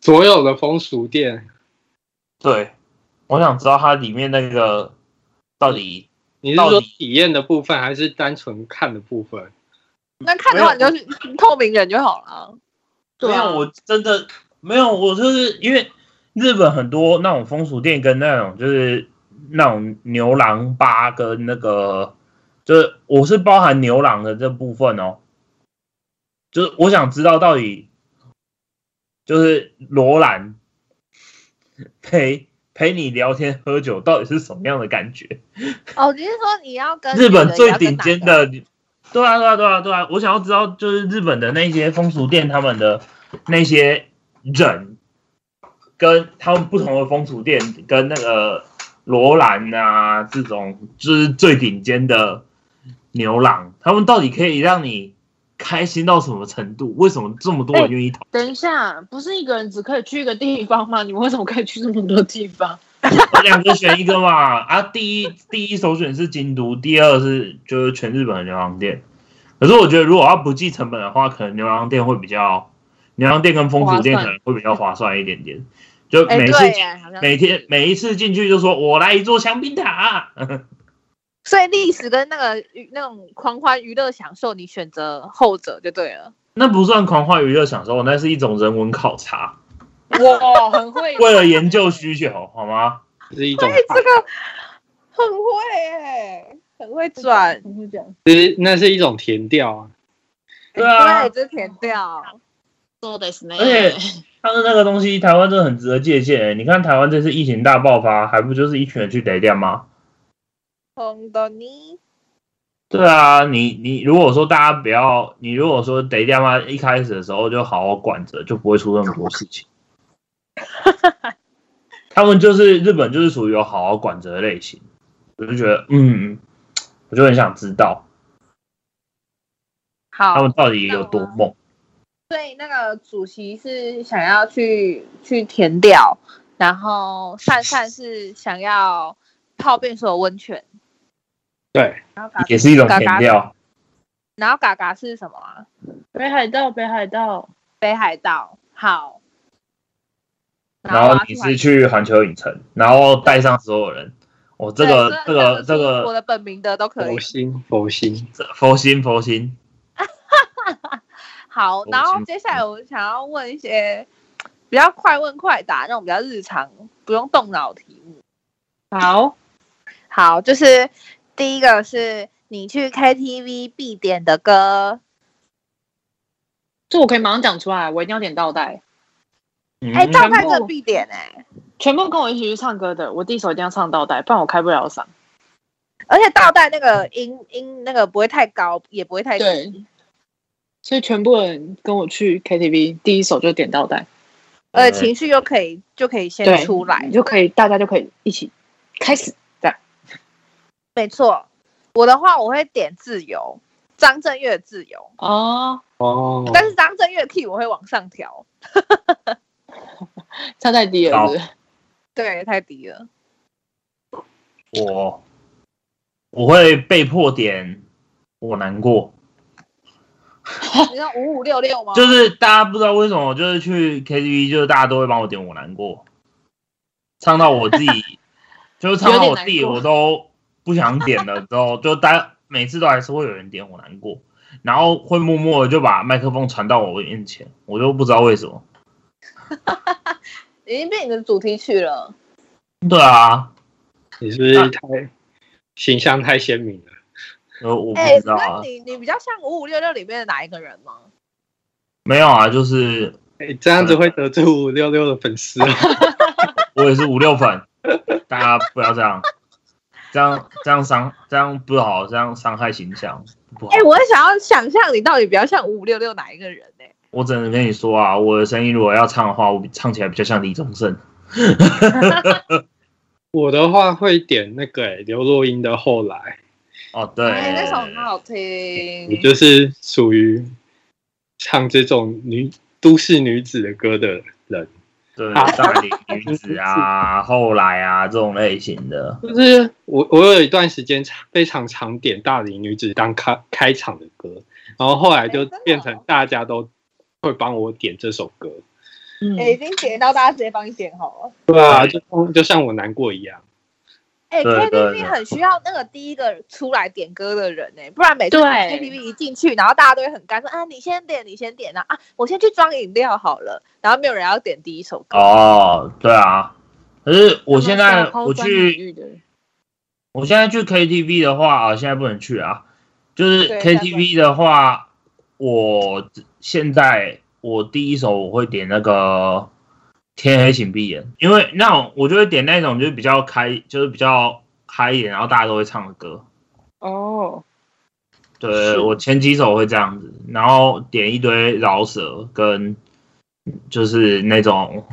所有的风俗店，对，我想知道它里面那个到底你是到说底体验的部分，还是单纯看的部分？那看的话你就去透明人就好了。没有，我真的没有，我就是因为日本很多那种风俗店跟那种就是那种牛郎吧跟那个，就是我是包含牛郎的这部分哦，就是我想知道到底就是罗兰陪陪你聊天喝酒到底是什么样的感觉？哦，你是说你要跟日本女的最顶尖？要跟哪的，对啊，对啊，对啊，对啊，我想要知道就是日本的那些风俗店他们的那些人，跟他们不同的风俗店跟那个罗兰啊这种就是最顶尖的牛郎，他们到底可以让你开心到什么程度？为什么这么多哎人愿意投？等一下，不是一个人只可以去一个地方吗？ *laughs* 你们为什么可以去这么多地方？两个选一个嘛 *laughs* 啊！第一第一首选是京都，第二是就是全日本的牛郎店。可是我觉得如果要不计成本的话，可能牛郎店会比较，牛郎店跟风俗店划可算能会比较划算一点点。就哎，每次、对耶，好像每天每一次进去就说我来一座香槟塔，啊所以历史跟那个娱那种狂欢娱乐享受，你选择后者就对了。那不算狂欢娱乐享受，那是一种人文考察，哇，很会为了研究需求，好吗？是一种哎，这个很会哎，很会转。你会讲其实那是一种甜调啊。对啊哎对，，这填掉。做的是那而且但是那个东西，台湾真的很值得借鉴、欸你看台湾这次疫情大爆发，还不就是一群人去雷店吗？红豆泥，对啊，你你如果说大家不要，你如果说得掉嘛，一开始的时候就好好管着，就不会出那么多事 *laughs* 情。他们就是日本，就是属于有好好管着的类型。我就觉得，嗯，我就很想知道好他，们到底有多猛。所以那个主席是想要去去填掉，然后善善是想要泡遍所有温泉，对，然后嘎，也是一种填掉。然后嘎嘎是什么啊？北海道，北海道，北海道，好。然后你是去环球影城，然后带上所有人。我、这个这个这我个的本名的都可以佛。心佛心，这佛心佛心，好，我然后清接下来我想要问一些比较快问快答那种比较日常不用动脑题目。好，好，就是第一个是你去 KTV 必点的歌，这我可以马上讲出来，我一定要点倒带。嗯哎、赵看太过这必点哎、全部跟我一起去唱歌的，我第一首一定要唱倒带，不然我开不了嗓。而且倒带那个音音那个不会太高，也不会太低。对，所以全部人跟我去 KTV，第一首就点倒带，呃，情绪又可以就可以先对出来嗯你，就可以大家就可以一起开始。没错。我的话我会点自由，张震岳的自由，哦，哦，但是张震岳 key 我会往上调，唱太低了是不是对，太低了。嗯我我会被迫点我难过，你知道五五六六哦吗？啊就是大家不知道为什么，就是去 KTV，就是大家都会帮我点我难过，唱到我 *laughs* 自己，就是唱到我自己有点难过我都不想点了之后，就大每次都还是会有人点我难过，然后会默默的就把麦克风传到我面前，我就不知道为什么。已经变你的主题曲了。对啊，你是不是太形象太鲜明了？呃，我不哎、知道那啊，你你比较像五五六六里面的哪一个人吗？没有啊，就是哎、这样子会得罪五六六的粉丝哦。 *laughs* 我也是五六粉，大家不要这样，这样这样伤这样不好，这样伤害形象不好哎、。我很想要想象你到底比较像五五六六哪一个人呢、我只能跟你说啊，我的声音如果要唱的话，我比唱起来比较像李宗盛。我的话会点那个、哎刘若英的《后来》。哦，对，哎、那首很好听你。就是属于唱这种女都市女子的歌的人，对，大龄女子啊，后来啊这种类型的，就是我我有一段时间非常常点大龄女子当开开场的歌，然后后来就哎真的哦变成大家都会帮我点这首歌，嗯哎、已经点到大家直接帮你点好了。对啊，就像就像我难过一样，哎、对对 k t 对 v 很需要那个第一个出来点歌的人呢、欸不然每次对 KTV 一进去，然后大家都会很干说啊，你先点，你先点啊，啊，我先去装饮料好了，然后没有人要点第一首歌。哦，对啊。可是我现在抛我砖引去玉的人我现在去 KTV 的话啊，现在不能去啊。就是对现在不能 KTV 的话，我现在我第一首我会点那个天黑请闭眼，因为那种我就会点那种就是比较开，就是比较嗨一点，然后大家都会唱的歌。哦，对我前几首会这样子，然后点一堆饶舌跟就是那种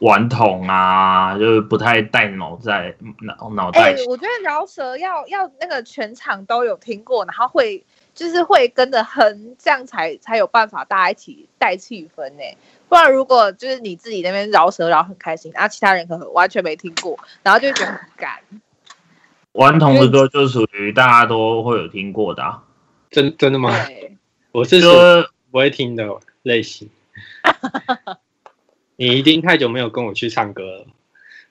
顽童啊，就是不太带脑在脑脑哎、袋。我觉得饶舌要要那个全场都有听过，然后会就是会跟着哼，这样才才有办法大家一起带气氛呢、不然如果就是你自己那边饶舌饶很开心，啊然、后其他人可能完全没听过，然后就觉得很 *laughs* 干。顽童的歌就属于大家都会有听过的、啊，真真的吗？对，我是就属于是不会听的类型。你一定太久没有跟我去唱歌了。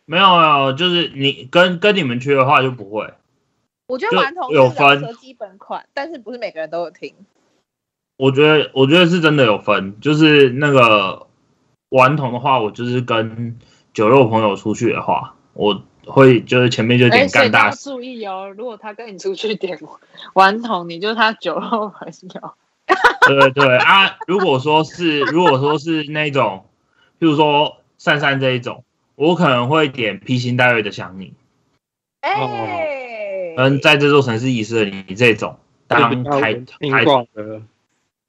没有没有，就是你跟跟你们去的话就不会。我觉就得顽童是有饶分舌基本款，但是不是每个人都有听。我觉得，我觉得是真的有分，就是那个顽童的话，我就是跟酒肉朋友出去的话，我会就是前面就哎，点所以干你要大，注意哦，如果他跟你出去点顽童，你就是他酒肉朋友。 *laughs* 对对对啊。如果说是，如果说是那种，譬如说珊珊这一种，我可能会点披星戴月的想你，哎、嗯，哦在这座城市遗失了你这种当开听开过的，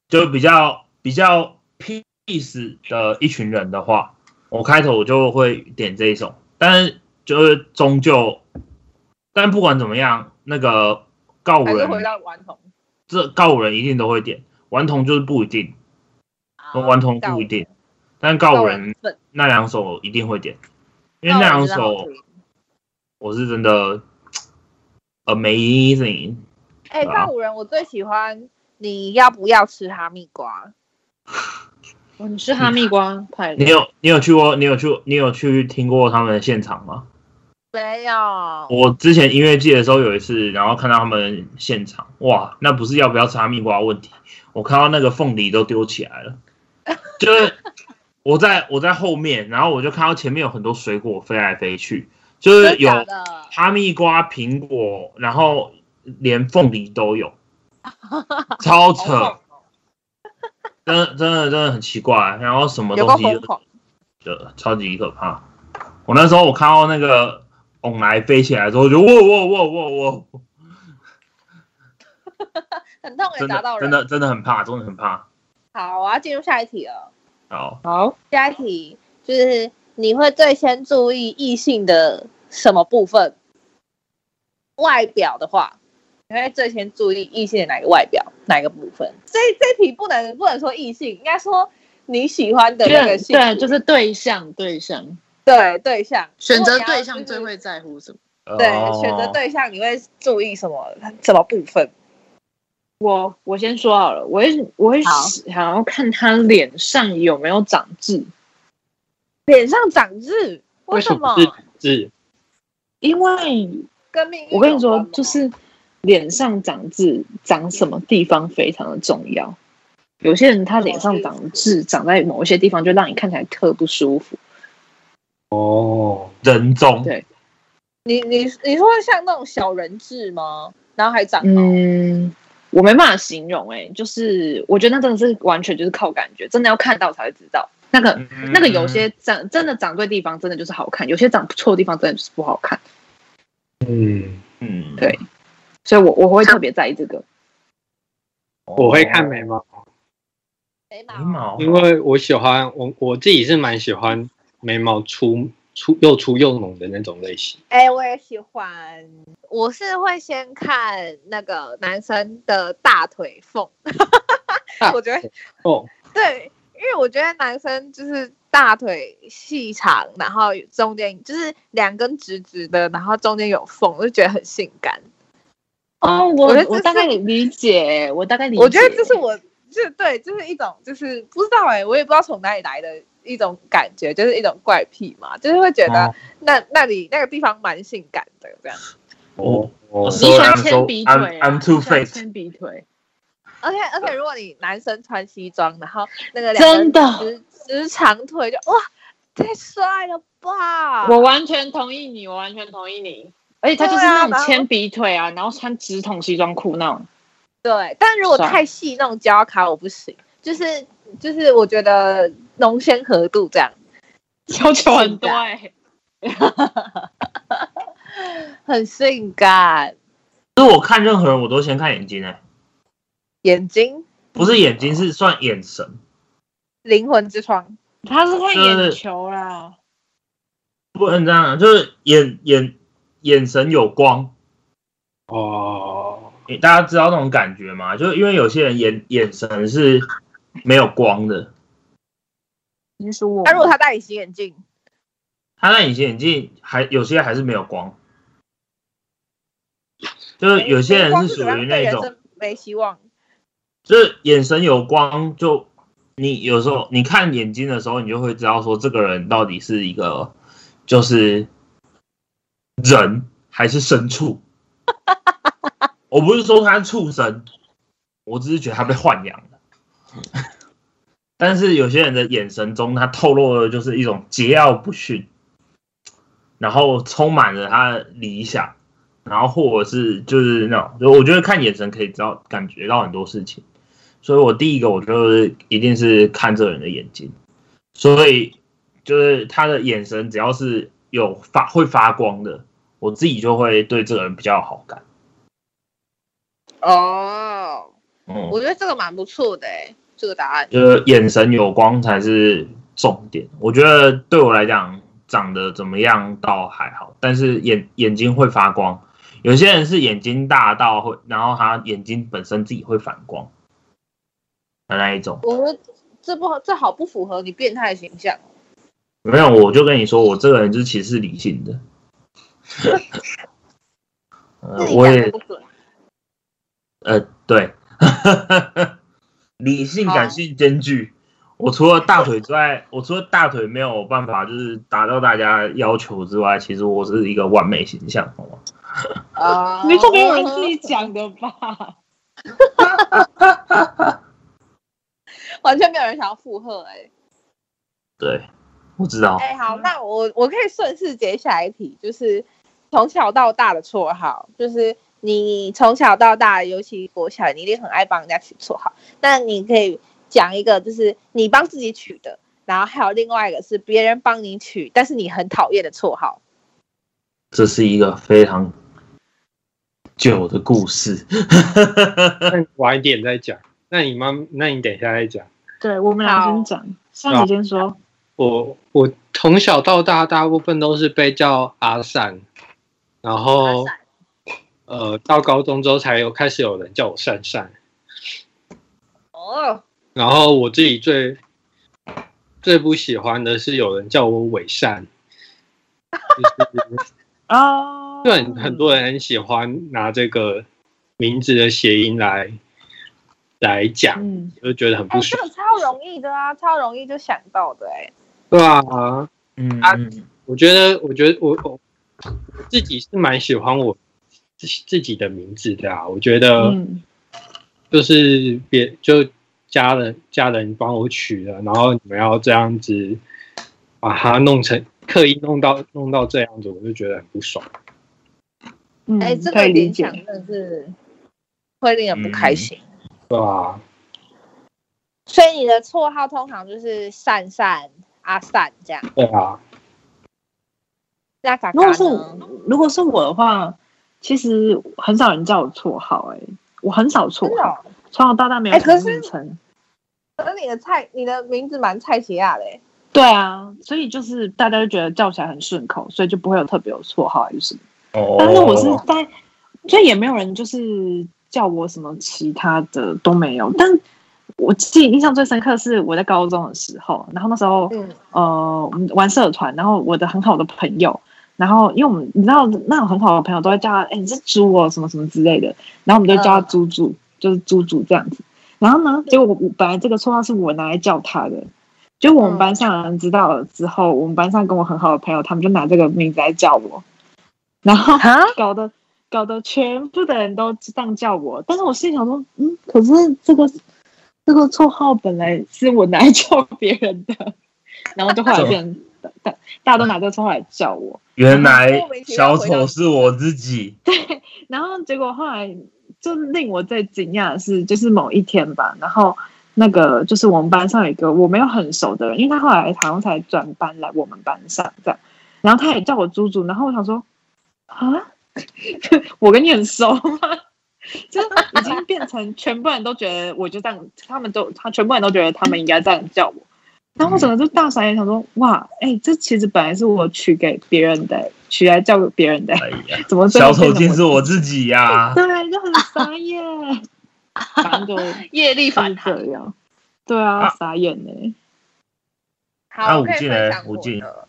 就比较比较 peace 的一群人的话，我开头我就会点这一首，但是就是终究，但不管怎么样，那个告五还是回人到顽童。这告五人一定都会点，顽童就是不一定，顽童不一定，但告告五五人粉那两首一定会点，因为告五那人两真的好首听我是真的 amazing，哎，对啊告五人我最喜欢你要不要吃哈密瓜？哦，你是哈密瓜派你的，有你有去过你有去你有去听过他们的现场吗？没有，我之前音乐季的时候有一次，然后看到他们现场，哇，那不是要不要吃哈密瓜的问题，我看到那个凤梨都丢起来了，就是我在我在后面，然后我就看到前面有很多水果飞来飞去，就是真有假的。哈密瓜、苹果，然后连凤梨都 *laughs* 有，超扯好，真的真的真的很奇怪，然后什么有个东西疯都狂，的，超级可怕。我那时候我看到那个翁来飞起来之后，我就哇哇哇哇哇，很痛也真砸到的人。真的真的很怕，真的很怕。好，我要进入下一题了。好，好，下一题就是你会最先注意异性的什么部分？外表的话，你会最先注意异性的哪个外表，哪个部分？这这题不能不能说异性，应该说你喜欢的那个对性对，别就是对象，对象对对象，选择如果你要对象就是最会在乎什么？对，哦选择。对象你会注意什么什么部分？我我先说好了，我会我会好想要看他脸上有没有长痣，脸上长痣，为什么？是是因为跟命运我跟你有说关吗，就是脸上长痣，长什么地方非常的重要。有些人他脸上哦长痣，长在某一些地方，就让你看起来特不舒服。哦，人中对你你你说像那种小人痣吗？然后还长毛，嗯，我没办法形容、欸，就是我觉得那真的是完全就是靠感觉，真的要看到才会知道。那个嗯那个有些长真的长对地方，真的就是好看；有些长不错的地方，真的就是不好看。嗯，嗯对所以我我会特别在意这个。我会看眉毛，眉眉毛，哦毛，因为我喜欢我我自己是蛮喜欢眉毛粗粗又粗又浓的那种类型。哎、我也喜欢。我是会先看那个男生的大腿缝，我觉得哦，对，因为我觉得男生就是大腿细长，然后中间就是两根直直的，然后中间有缝，我就觉得很性感。哦，我我觉得这我是大概理解，我大概理解。我觉得这是我，就是对，就是一种，就是不知道哎、我也不知道从哪里来的一种感觉，就是一种怪癖嘛，就是会觉得啊哦那、那里那个地方蛮性感的这样。我我你喜欢铅笔腿、啊、 I'm- I'm too 你喜欢 fake 铅笔腿。而且而且，如果你男生穿西装，然后那个两根真的直直长腿就，哇，太帅了吧！我完全同意你，我完全同意你。而且他就是那对啊然种后铅笔腿啊，然后穿直筒西装裤那种。对，但如果帅太细那种胶卡我不行，就是就是我觉得浓鲜合度这样。要求很多性哎、欸很性感，就是我看任何人，我都先看眼睛哎、眼睛不是眼睛，是算眼神。灵魂之窗，他是看呃眼球啦，不能这样啊，就是眼眼眼神有光，哦，诶大家知道那种感觉吗？就是因为有些人眼眼神是没有光的，你是说我那、如果哦他戴隐形眼镜，他那隐形眼镜还有些还是没有光，就是有些人是属于那哎光是怎么样对人种，生没希望，就是眼神有光，就你有时候你看眼睛的时候，你就会知道说这个人到底是一个就是人还是牲畜。我不是说他是畜生，我只是觉得他被豢养了。但是有些人的眼神中，他透露的就是一种桀骜不驯，然后充满了他的理想，然后或者是就是那种，就我觉得看眼神可以知道感觉到很多事情。所以我第一个我就是一定是看这个人的眼睛，所以就是他的眼神只要是有发会发光的，我自己就会对这个人比较有好感。哦，嗯，我觉得这个蛮不错的哎，这个答案就是眼神有光才是重点。我觉得对我来讲，长得怎么样倒还好，但是眼眼睛会发光。有些人是眼睛大到会，然后他眼睛本身自己会反光的那一种。我觉得这不这好不符合你变态形象。没有，我就跟你说，我这个人就是其实是理性 *laughs* 的。呃自，己我讲的也不准，呃，对， *laughs* 理性感好性兼具。我除了大腿之外，我除了大腿没有办法就是达到大家要求之外，其实我是一个完美形象，好吗？啊没这没有人自己讲的吧？ *laughs* 完全没有人想要附和哎、对，我知道。哎、好，那我我可以顺势接下一题，就是从小到大的绰号，就是你从小到大，尤其国小，你一定很爱帮人家取绰号。那你可以讲一个，就是你帮自己取的，然后还有另外一个是别人帮你取，但是你很讨厌的绰号。这是一个非常久的故事。 *laughs* 那你晚一点再讲。那你妈，那你等一下再讲。 *laughs* 对，我们俩先讲，像你先说，我我从小到大，大部分都是被叫阿善，然后阿善呃，到高中之后才有开始有人叫我善善。哦，然后我自己最最不喜欢的是有人叫我伪善，就是啊，就很很多人很喜欢拿这个名字的谐音来来讲，嗯，就觉得很哎、不这爽。个超容易的啊，超容易就想到的哎、对啊，嗯，啊嗯我觉得，我觉得我我自己是蛮喜欢我自自己的名字的啊。我觉得嗯，就是别就家人家人帮我取的，然后你们要这样子把它弄成刻意弄到弄到这样子，我就觉得很不爽。嗯哎、这可个以理联解想，真的是会令人不开心。对啊，所以你的绰号通常就是善善、阿善这样。对啊，那嘎如果嘎是呢？如果是我的话，其实很少人叫我绰号、哎，我很少绰真的号哦，从小到大没有哎什么可是昵称。可是你的菜，你的名字蛮菜奇亚的欸，对啊，所以就是大家就觉得叫起来很顺口，所以就不会有特别有绰号还是什么。哦但是我是在，所以也没有人就是叫我什么其他的都没有。但我记忆印象最深刻是我在高中的时候，然后那时候嗯，呃我们玩社团，然后我的很好的朋友，然后因为我们你知道那种很好的朋友都会叫他，哎、你是猪哦什么什么之类的，然后我们就叫嗯他猪猪，就是猪猪这样子。然后呢，结果我我本来这个绰号是我拿来叫他的，结果我嗯们班上的人知道了之后，我们班上跟我很好的朋友，他们就拿这个名字来叫我，然后哈，搞得搞得全部的人都这样叫我，但是我心里想说，嗯，可是这个这个绰号本来是我拿来叫别人的， *laughs* 然后就后来变成大大大家都拿这个绰号来叫我，原来小丑是我自己。然后结果后来就令我最惊讶的是，就是某一天吧，然后那个就是我们班上有一个我没有很熟的人，因为他后来好像才转班来我们班上这样，然后他也叫我猪猪，然后我想说啊， *laughs* 我跟你很熟吗？ *laughs* 就是已经变成全部人都觉得我就这样，他们都他全部人都觉得他们应该这样叫我，然后我整个就大傻眼，想说哇，哎、这其实本来是我取给别人的、取来叫别人的、哎呀，怎么最 *laughs* 小后丑变成竟是我自己 *laughs* 呀、对，就很傻眼，啊反正就业力就是反弹。这样，对啊，啊傻眼呢、欸。好，啊我可武以进分嘞享武我进的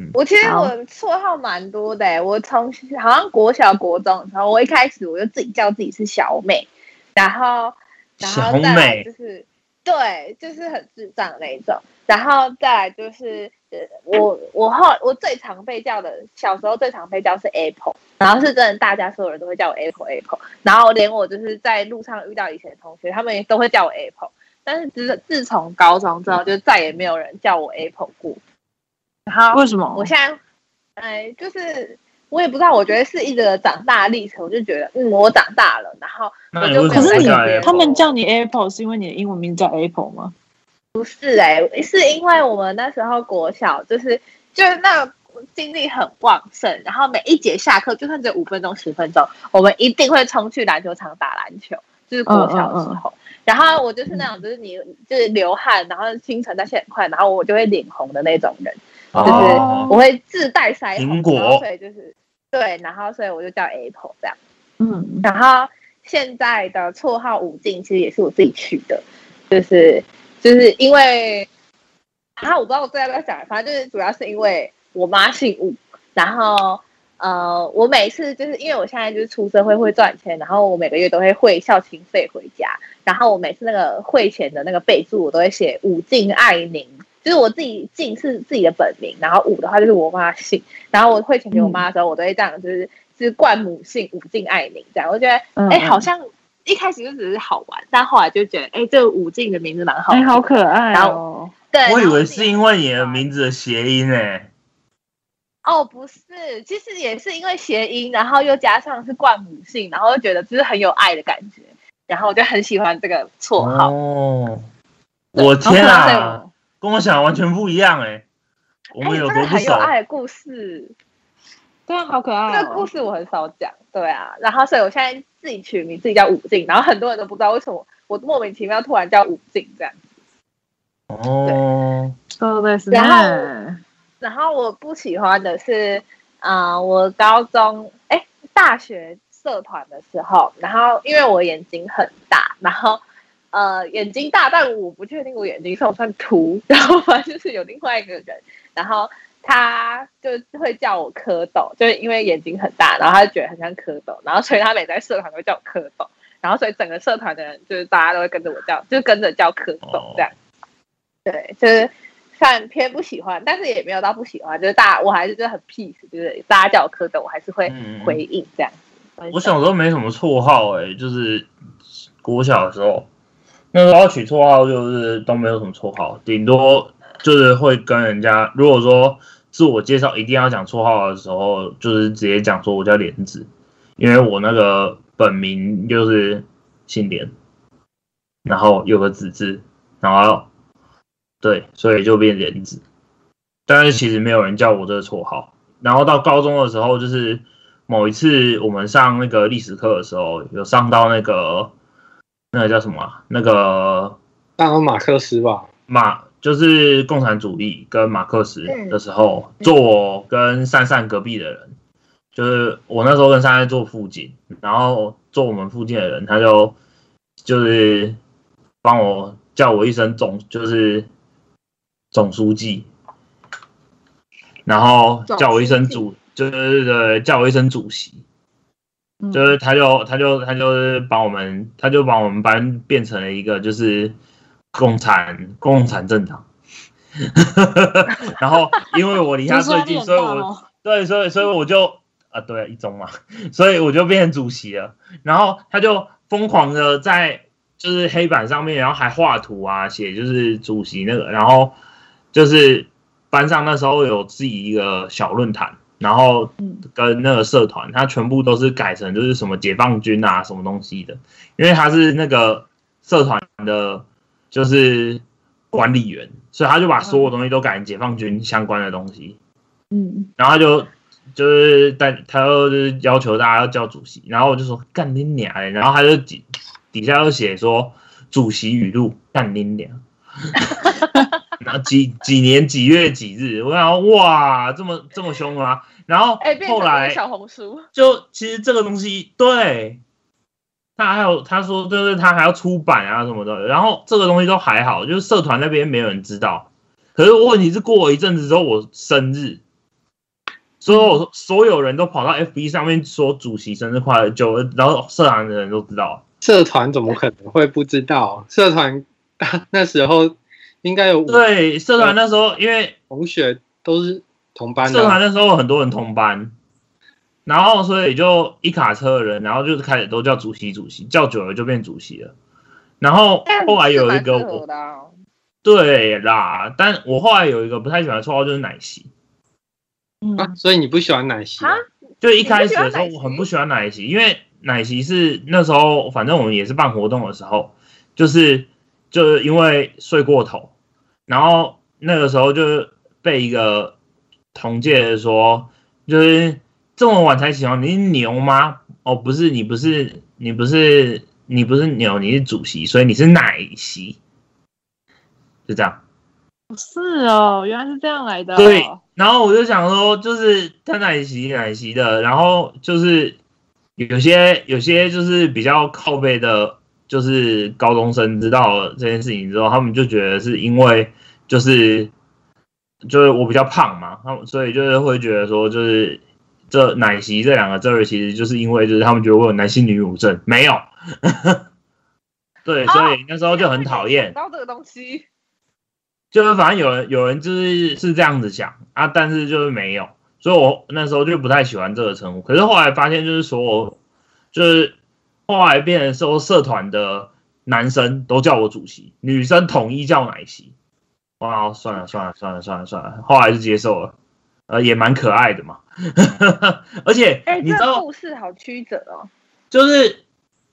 嗯。我其实好我绰号蛮多的、欸我从好像国小、国中的时候，我一开始我就自己叫自己是小美，然后，然后再小来美就是对，就是很智障的那一种，然后再来就是呃，我我后我最常被叫的，小时候最常被叫是 Apple，然后是真的大家所有人都会叫我 Apple Apple，然后连我就是在路上遇到以前的同学，他们也都会叫我 Apple。但是自自从高中之后，就再也没有人叫我 Apple 过。然后为什么？我现在，哎，就是我也不知道，我觉得是一个长大历程，我就觉得，嗯，我长大了，然后那你为什可么是会你叫对 Apple？他们叫你 Apple 是因为你的英文名叫 Apple 吗？不是哎、是因为我们那时候国小就是就是那个精力很旺盛，然后每一节下课就算只有五分钟十分钟，我们一定会冲去篮球场打篮球，就是国小的时候。然后我就是那种，就是你就是流汗，然后新陈代谢很快，然后我就会脸红的那种人，就是哦我会自带腮红，苹果然后所以就是对，然后所以我就叫 Apple 这样。嗯，然后现在的绰号武进其实也是我自己取的，就是就是因为啊，我不知道我这要不要讲，反正就是主要是因为我妈姓武，然后呃，我每次就是因为我现在就是出社会会赚钱，然后我每个月都会汇孝亲费回家，然后我每次那个汇钱的那个备注我都会写武进爱您。就是我自己进是自己的本名，然后武的话就是我妈姓，然后我汇钱给我妈的时候，我都会这样，就是就是冠母姓武进爱您这样，我觉得嗯哎、好像一开始就只是好玩，但后来就觉得，哎、这个武进的名字蛮好哎、玩。好可爱然哦！对，然后我以为自己是因为你的名字的谐音欸诶、哦，不是，其实也是因为谐音，然后又加上是冠母姓，然后就觉得就是很有爱的感觉，然后我就很喜欢这个绰号。哦，我天好可爱啊，哦跟我想的完全不一样诶、欸我哎、们有真多的不很有熟？爱的故事，对啊，好可爱、这哦。个故事我很少讲，对啊，然后所以我现在自己取名自己叫武进，然后很多人都不知道为什么我莫名其妙突然叫武进这样。哦，そうですね。然后然后我不喜欢的是，啊、我高中哎大学社团的时候，然后因为我眼睛很大，然后呃眼睛大，但我不确定我眼睛算不算凸， *laughs* 然后反正就是有另外一个人，然后他就会叫我蝌蚪，就是因为眼睛很大，然后他就觉得很像蝌蚪，然后所以他每在社团都会叫我蝌蚪，然后所以整个社团的人就是大家都会跟着我叫，就是跟着叫蝌蚪这样。对，就是算偏不喜欢，但是也没有到不喜欢，就是大我还是就是很 peace，就是大家叫我蝌蚪，我还是会嗯回应这样子。我小时候没什么绰号诶、就是国小的时候，那时候取绰号就是都没有什么绰号，顶多就是会跟人家，如果说自我介绍一定要讲绰号的时候，就是直接讲说我叫莲子，因为我那个本名就是姓莲，然后有个子字，然后对，所以就变莲子。但是其实没有人叫我这个绰号。然后到高中的时候，就是某一次我们上那个历史课的时候，有上到那个那个叫什么啊、那个当然马克思吧，马，就是共产主义跟马克思的时候，嗯坐我跟珊珊隔壁的人，就是我那时候跟珊珊坐附近，然后坐我们附近的人，他就就是帮我叫我一声总，就是总书记，然后叫我一声总主，就是呃叫我一声主席。嗯就是他就他就他就是把我们他就把我们班变成了一个就是共产共产政党， *laughs* 然后因为我离他听说最压力近，很所以大我哦。对，所以所以我就啊对一中嘛， *laughs* 所以我就变成主席了，然后他就疯狂的在就是黑板上面，然后还画图啊，写就是主席那个，然后就是班上那时候有自己一个小论坛，然后嗯跟那个社团，他全部都是改成就是什么解放军啊什么东西的，因为他是那个社团的就是管理员，所以他就把所有东西都改成解放军相关的东西，嗯，然后他就就是在他就是要求大家要叫主席，然后我就说干你娘欸、然后他就底底下就写说主席语录干你 *laughs* 娘，然后几几年几月几日，我想哇这么这么凶啊，然后哎、变成后那个来小红书，就其实这个东西，对他还有他说就是他还要出版啊什么的，然后这个东西都还好，就是社团那边没有人知道。可是问题是过了一阵子之后，我生日，所有所有人都跑到 FB 上面说主席生日快乐，就然后社团的人都知道，社团怎么可能会不知道？社团 *laughs* 那时候应该有五对，社团那时候因为同学都是同班社的团啊，那时候很多人同班，然后所以就一卡车的人，然后就开始都叫主席主席，叫久了就变主席了。然后 *laughs* 但后来是有一蛮 *laughs* 个适合我，的啊对啦，但我后来有一个不太喜欢的绰号就是奶昔，嗯啊所以你不喜欢奶昔啊啊就一开始的时候你不喜欢奶昔我很不喜欢奶昔，因为奶昔是那时候反正我们也是办活动的时候，就是就是因为睡过头，然后那个时候就被一个同届的说，就是这么晚才起床，你是牛吗？哦，不是，你不是，你不是，你不是牛，你是主席，所以你是奶昔，就这样。是哦，原来是这样来的、哦。对，然后我就想说，就是他奶昔奶昔的，然后就是有些有些就是比较靠背的，就是高中生知道了这件事情之后，他们就觉得是因为就是就是我比较胖嘛，他们所以就是会觉得说，就是这奶昔这两个字儿，其实就是因为就是他们觉得我有男性女乳症，没有。 *laughs* 对，所以那时候就很讨厌想。到这个东西，就是反正有人有人就是是这样子想啊，但是就是没有，所以我那时候就不太喜欢这个称呼。可是后来发现，就是所有就是后来变成说社团的男生都叫我主席，女生统一叫奶昔。哇，算了算了算了算了算了，后来就接受了，呃，也蛮可爱的嘛。 *laughs* 而且哎、你知这道个，故事好曲折 *laughs* 哦。就是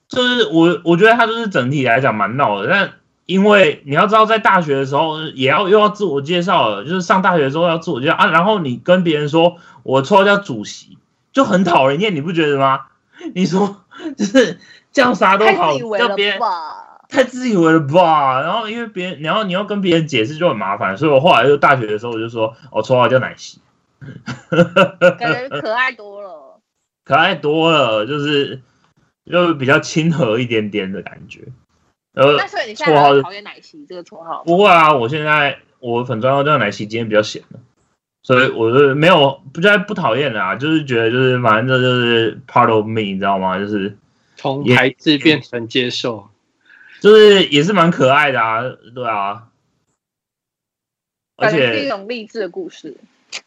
就是我我觉得他就是整体来讲蛮闹的，但因为你要知道，在大学的时候也要又要自我介绍了，就是上大学的时候要自我介绍啊，然后你跟别人说我绰号叫主席，就很讨人厌，你不觉得吗？你说就是叫啥都太好自以，为叫别人了吧？太自以为了吧？然后因为别人，然后你要跟别人解释就很麻烦，所以我后来就大学的时候我就说，我绰号叫奶昔。感觉可爱多 *laughs* 了。可爱多了，就是就是比较亲和一点点的感觉。呃，那所以你现在还会讨厌奶昔这个绰号吗？不过啊，我现在我粉砖号叫奶昔，今天比较闲了，所以我就没有不再不讨厌了啊，就是觉得就是反正这就是 part of me，你知道吗？就是从排斥变成接受。就是也是蛮可爱的啊，对啊。而感觉是一且，种励志的故事。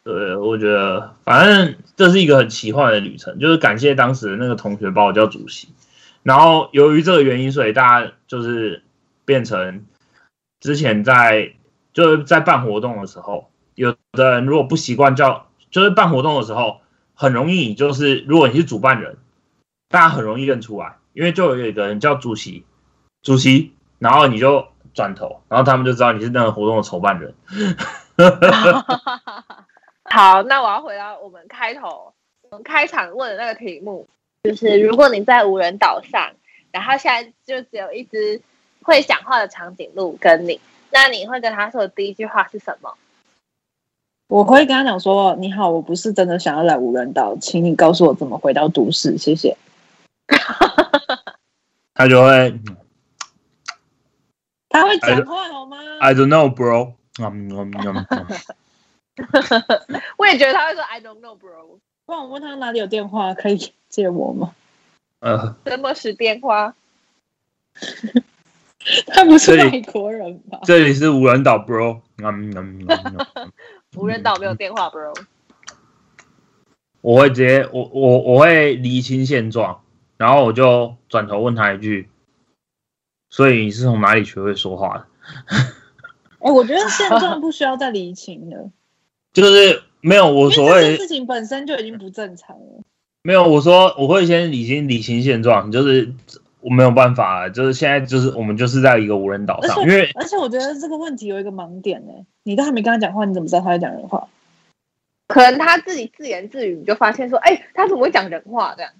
对，我觉得反正这是一个很奇幻的旅程，就是感谢当时的那个同学把我叫主席，然后由于这个原因，所以大家就是变成之前在就是在办活动的时候，有的人如果不习惯叫，就是办活动的时候，很容易就是如果你是主办人，大家很容易认出来，因为就有一个人叫主席，主席，然后你就转头，然后他们就知道你是那个活动的筹办人。 *laughs* 好，那我要回到我们开头，我们开场问的那个题目，就是如果你在无人岛上，然后现在就只有一只会讲话的长颈鹿跟你，那你会跟他说的第一句话是什么？我会跟他讲说：“你好，我不是真的想要来无人岛，请你告诉我怎么回到都市，谢谢。他就会”他会哎讲话好吗？ I don't know, bro。嗯嗯嗯嗯我也觉得他会说 I don't know, *laughs* bro。不然我问他哪里有电话可以借我吗？ *laughs* *laughs* 呃，什么是电话？他不是这外里国人吧？这里是无人岛，bro。嗯嗯嗯嗯嗯，无人岛没有电话，bro。我会直接，我我我会厘清现状，然后我就转头问他一句：“所以你是从哪里学会说话的哎、我觉得现状不需要再厘清了，？”就是没有 *laughs* 我因所为这件谓事情本身就已经不正常了。没有我说我会先理清理清现状，就是我没有办法，就是现在就是我们就是在一个无人岛上，而因为而且我觉得这个问题有一个盲点呢、你都还没跟他讲话，你怎么知道他在讲人话？ *laughs* 可能他自己自言自语，你就发现说，哎、他怎么会讲人话这样？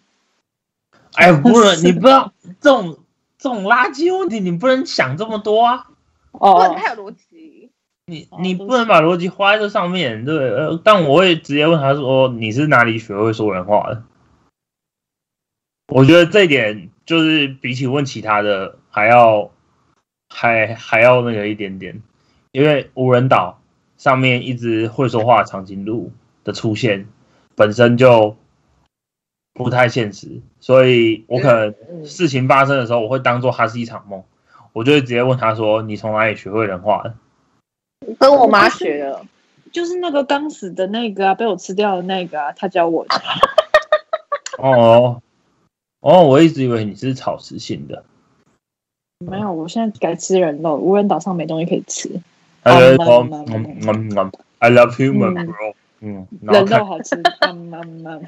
哎，不 *laughs* 能你不要这种这种垃圾问题，你不能想这么多啊，不哦能，太有逻辑。你哦你对不能把逻辑花在这上面，对，呃，但我会直接问他说，你是哪里学会说人话的？我觉得这一点就是比起问其他的还要还还要那个一点点，因为无人岛上面一只会说话的长颈鹿的出现本身就不太现实，所以我可能事情发生的时候，我会当做它是一场梦，我就会直接问他说，你从哪里学会人话的？跟我妈学的，就是那个刚死的那个啊，被我吃掉的那个啊，他教我的。哦哦，我一直以为你是草食性的。没有，我现在改吃人肉，无人岛上没东西可以吃，他就会说嗯嗯嗯嗯嗯，I love human 嗯 bro。嗯，然后人看肉，好吃。嗯嗯嗯，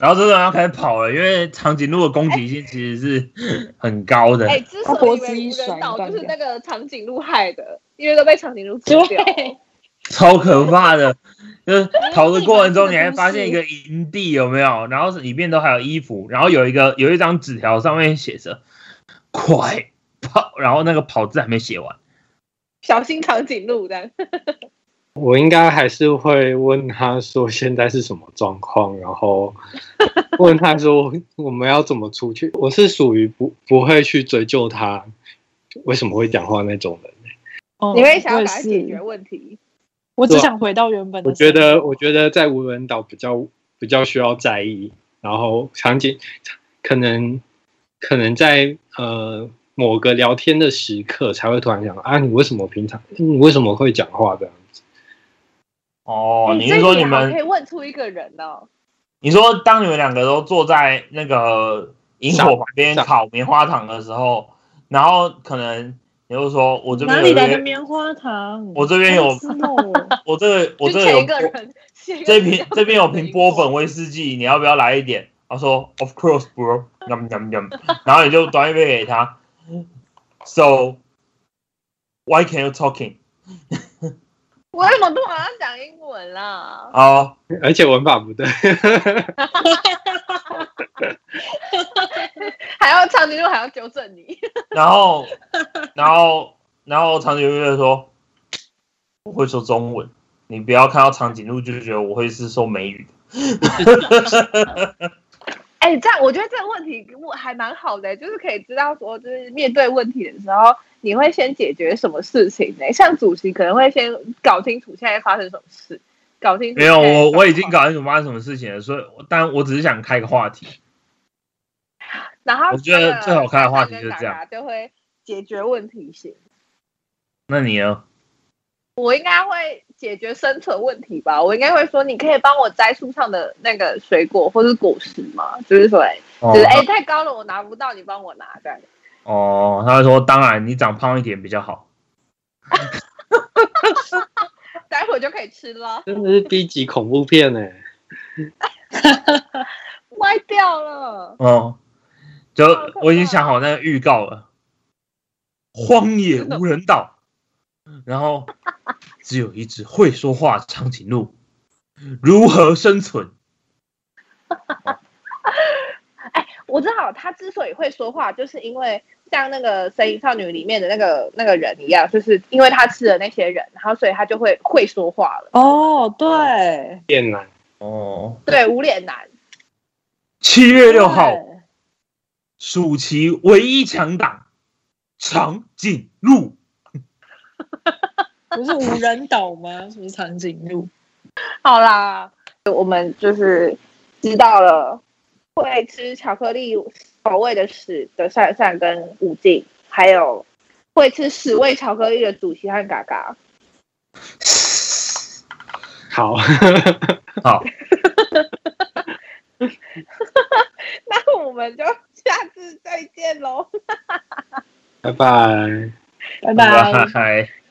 然后这个人要开始跑了，因为长颈鹿的攻击性其实是很高的。哎、之他脖所以子为无一人甩岛断就是掉那个长颈鹿害的，因为都被长颈鹿 *laughs* 吃掉。对 *laughs* 超可怕的。就是逃的过程中，你因为还日本这个发现一个营地有没有？然后里面都还有衣服，然后有一个有一张纸条上面写着“快跑”，然后那个“跑”字还没写完。小心长颈鹿这样。我应该还是会问他说现在是什么状况，然 *laughs* 后问他说我们要怎么出去。我是属于不不会去追究他为什么会讲话那种人。嗯你会想我要也赶快解是决问题。我啊只想回到原本的。我觉得，我觉得在无人岛比较比较需要在意，然后场景可能可能在呃某个聊天的时刻才会突然想啊，你为什么平常你为什么会讲话这样子？ *laughs* 哦，哎你这是说一你行们可以问出一个人哦？你说，当你们两个都坐在那个萤火旁边上烤棉花糖的时候，然后可能你就说：“我这哪边有里一来的个，棉花糖？我这边有好吃哦 *laughs* 我这个我就这个有前一个人，前一个这人瓶要这边有解决 *laughs* 瓶一波个粉威士忌，你要不要来一点？”他说：“Of course, bro。嗯”然后你就端一杯给他。So why can you talking？我为什么突然要讲英文啊啦？哦、而且文法不对， *laughs* 还要长颈鹿还要纠正你，然后然后然后长颈鹿就说：“我会说中文，你不要看到长颈鹿就觉得我会是说美语。”哎、这样我觉得这个问题我还蛮好的、就是可以知道说，就是面对问题的时候，你会先解决什么事情呢、像主席可能会先搞清楚现在发生什么事，搞清楚没有，现在我的我已状经况，搞清楚发生什么事情了，所以但我只是想开个话题。然后我觉得那个最好看的话题跟就是嘎这样嘎就会解决问题型。那你呢？我应该会解决生存问题吧。我应该会说，你可以帮我摘树上的那个水果或是果实吗？就是说，哎哦就是哎、太高了，我拿不到，你帮我拿这样。哦，他会说，当然你长胖一点比较好。待会儿就可以吃了，真的是 B 级恐怖片呢、欸 *laughs* 歪掉了。哦，就好可怕我已经想好那个预告了，荒野无人岛，然后只有一只会说话的长颈鹿，如何生存？我知道他之所以会说话，就是因为像那个《神隐少女》里面的那个那个人一样，就是因为他吃了那些人，然后所以他就会会说话了。哦，对，电缆哦，对，无脸男，七月六号，对暑期唯一强档长颈鹿。不是无人岛吗？什么长颈鹿？好啦，我们就是知道了会吃巧克力口味的屎的善善跟武进，还有会吃屎味巧克力的主席和嘎嘎。好， *laughs* 好， *laughs* 那我们就下次再见喽。拜拜。拜拜。拜。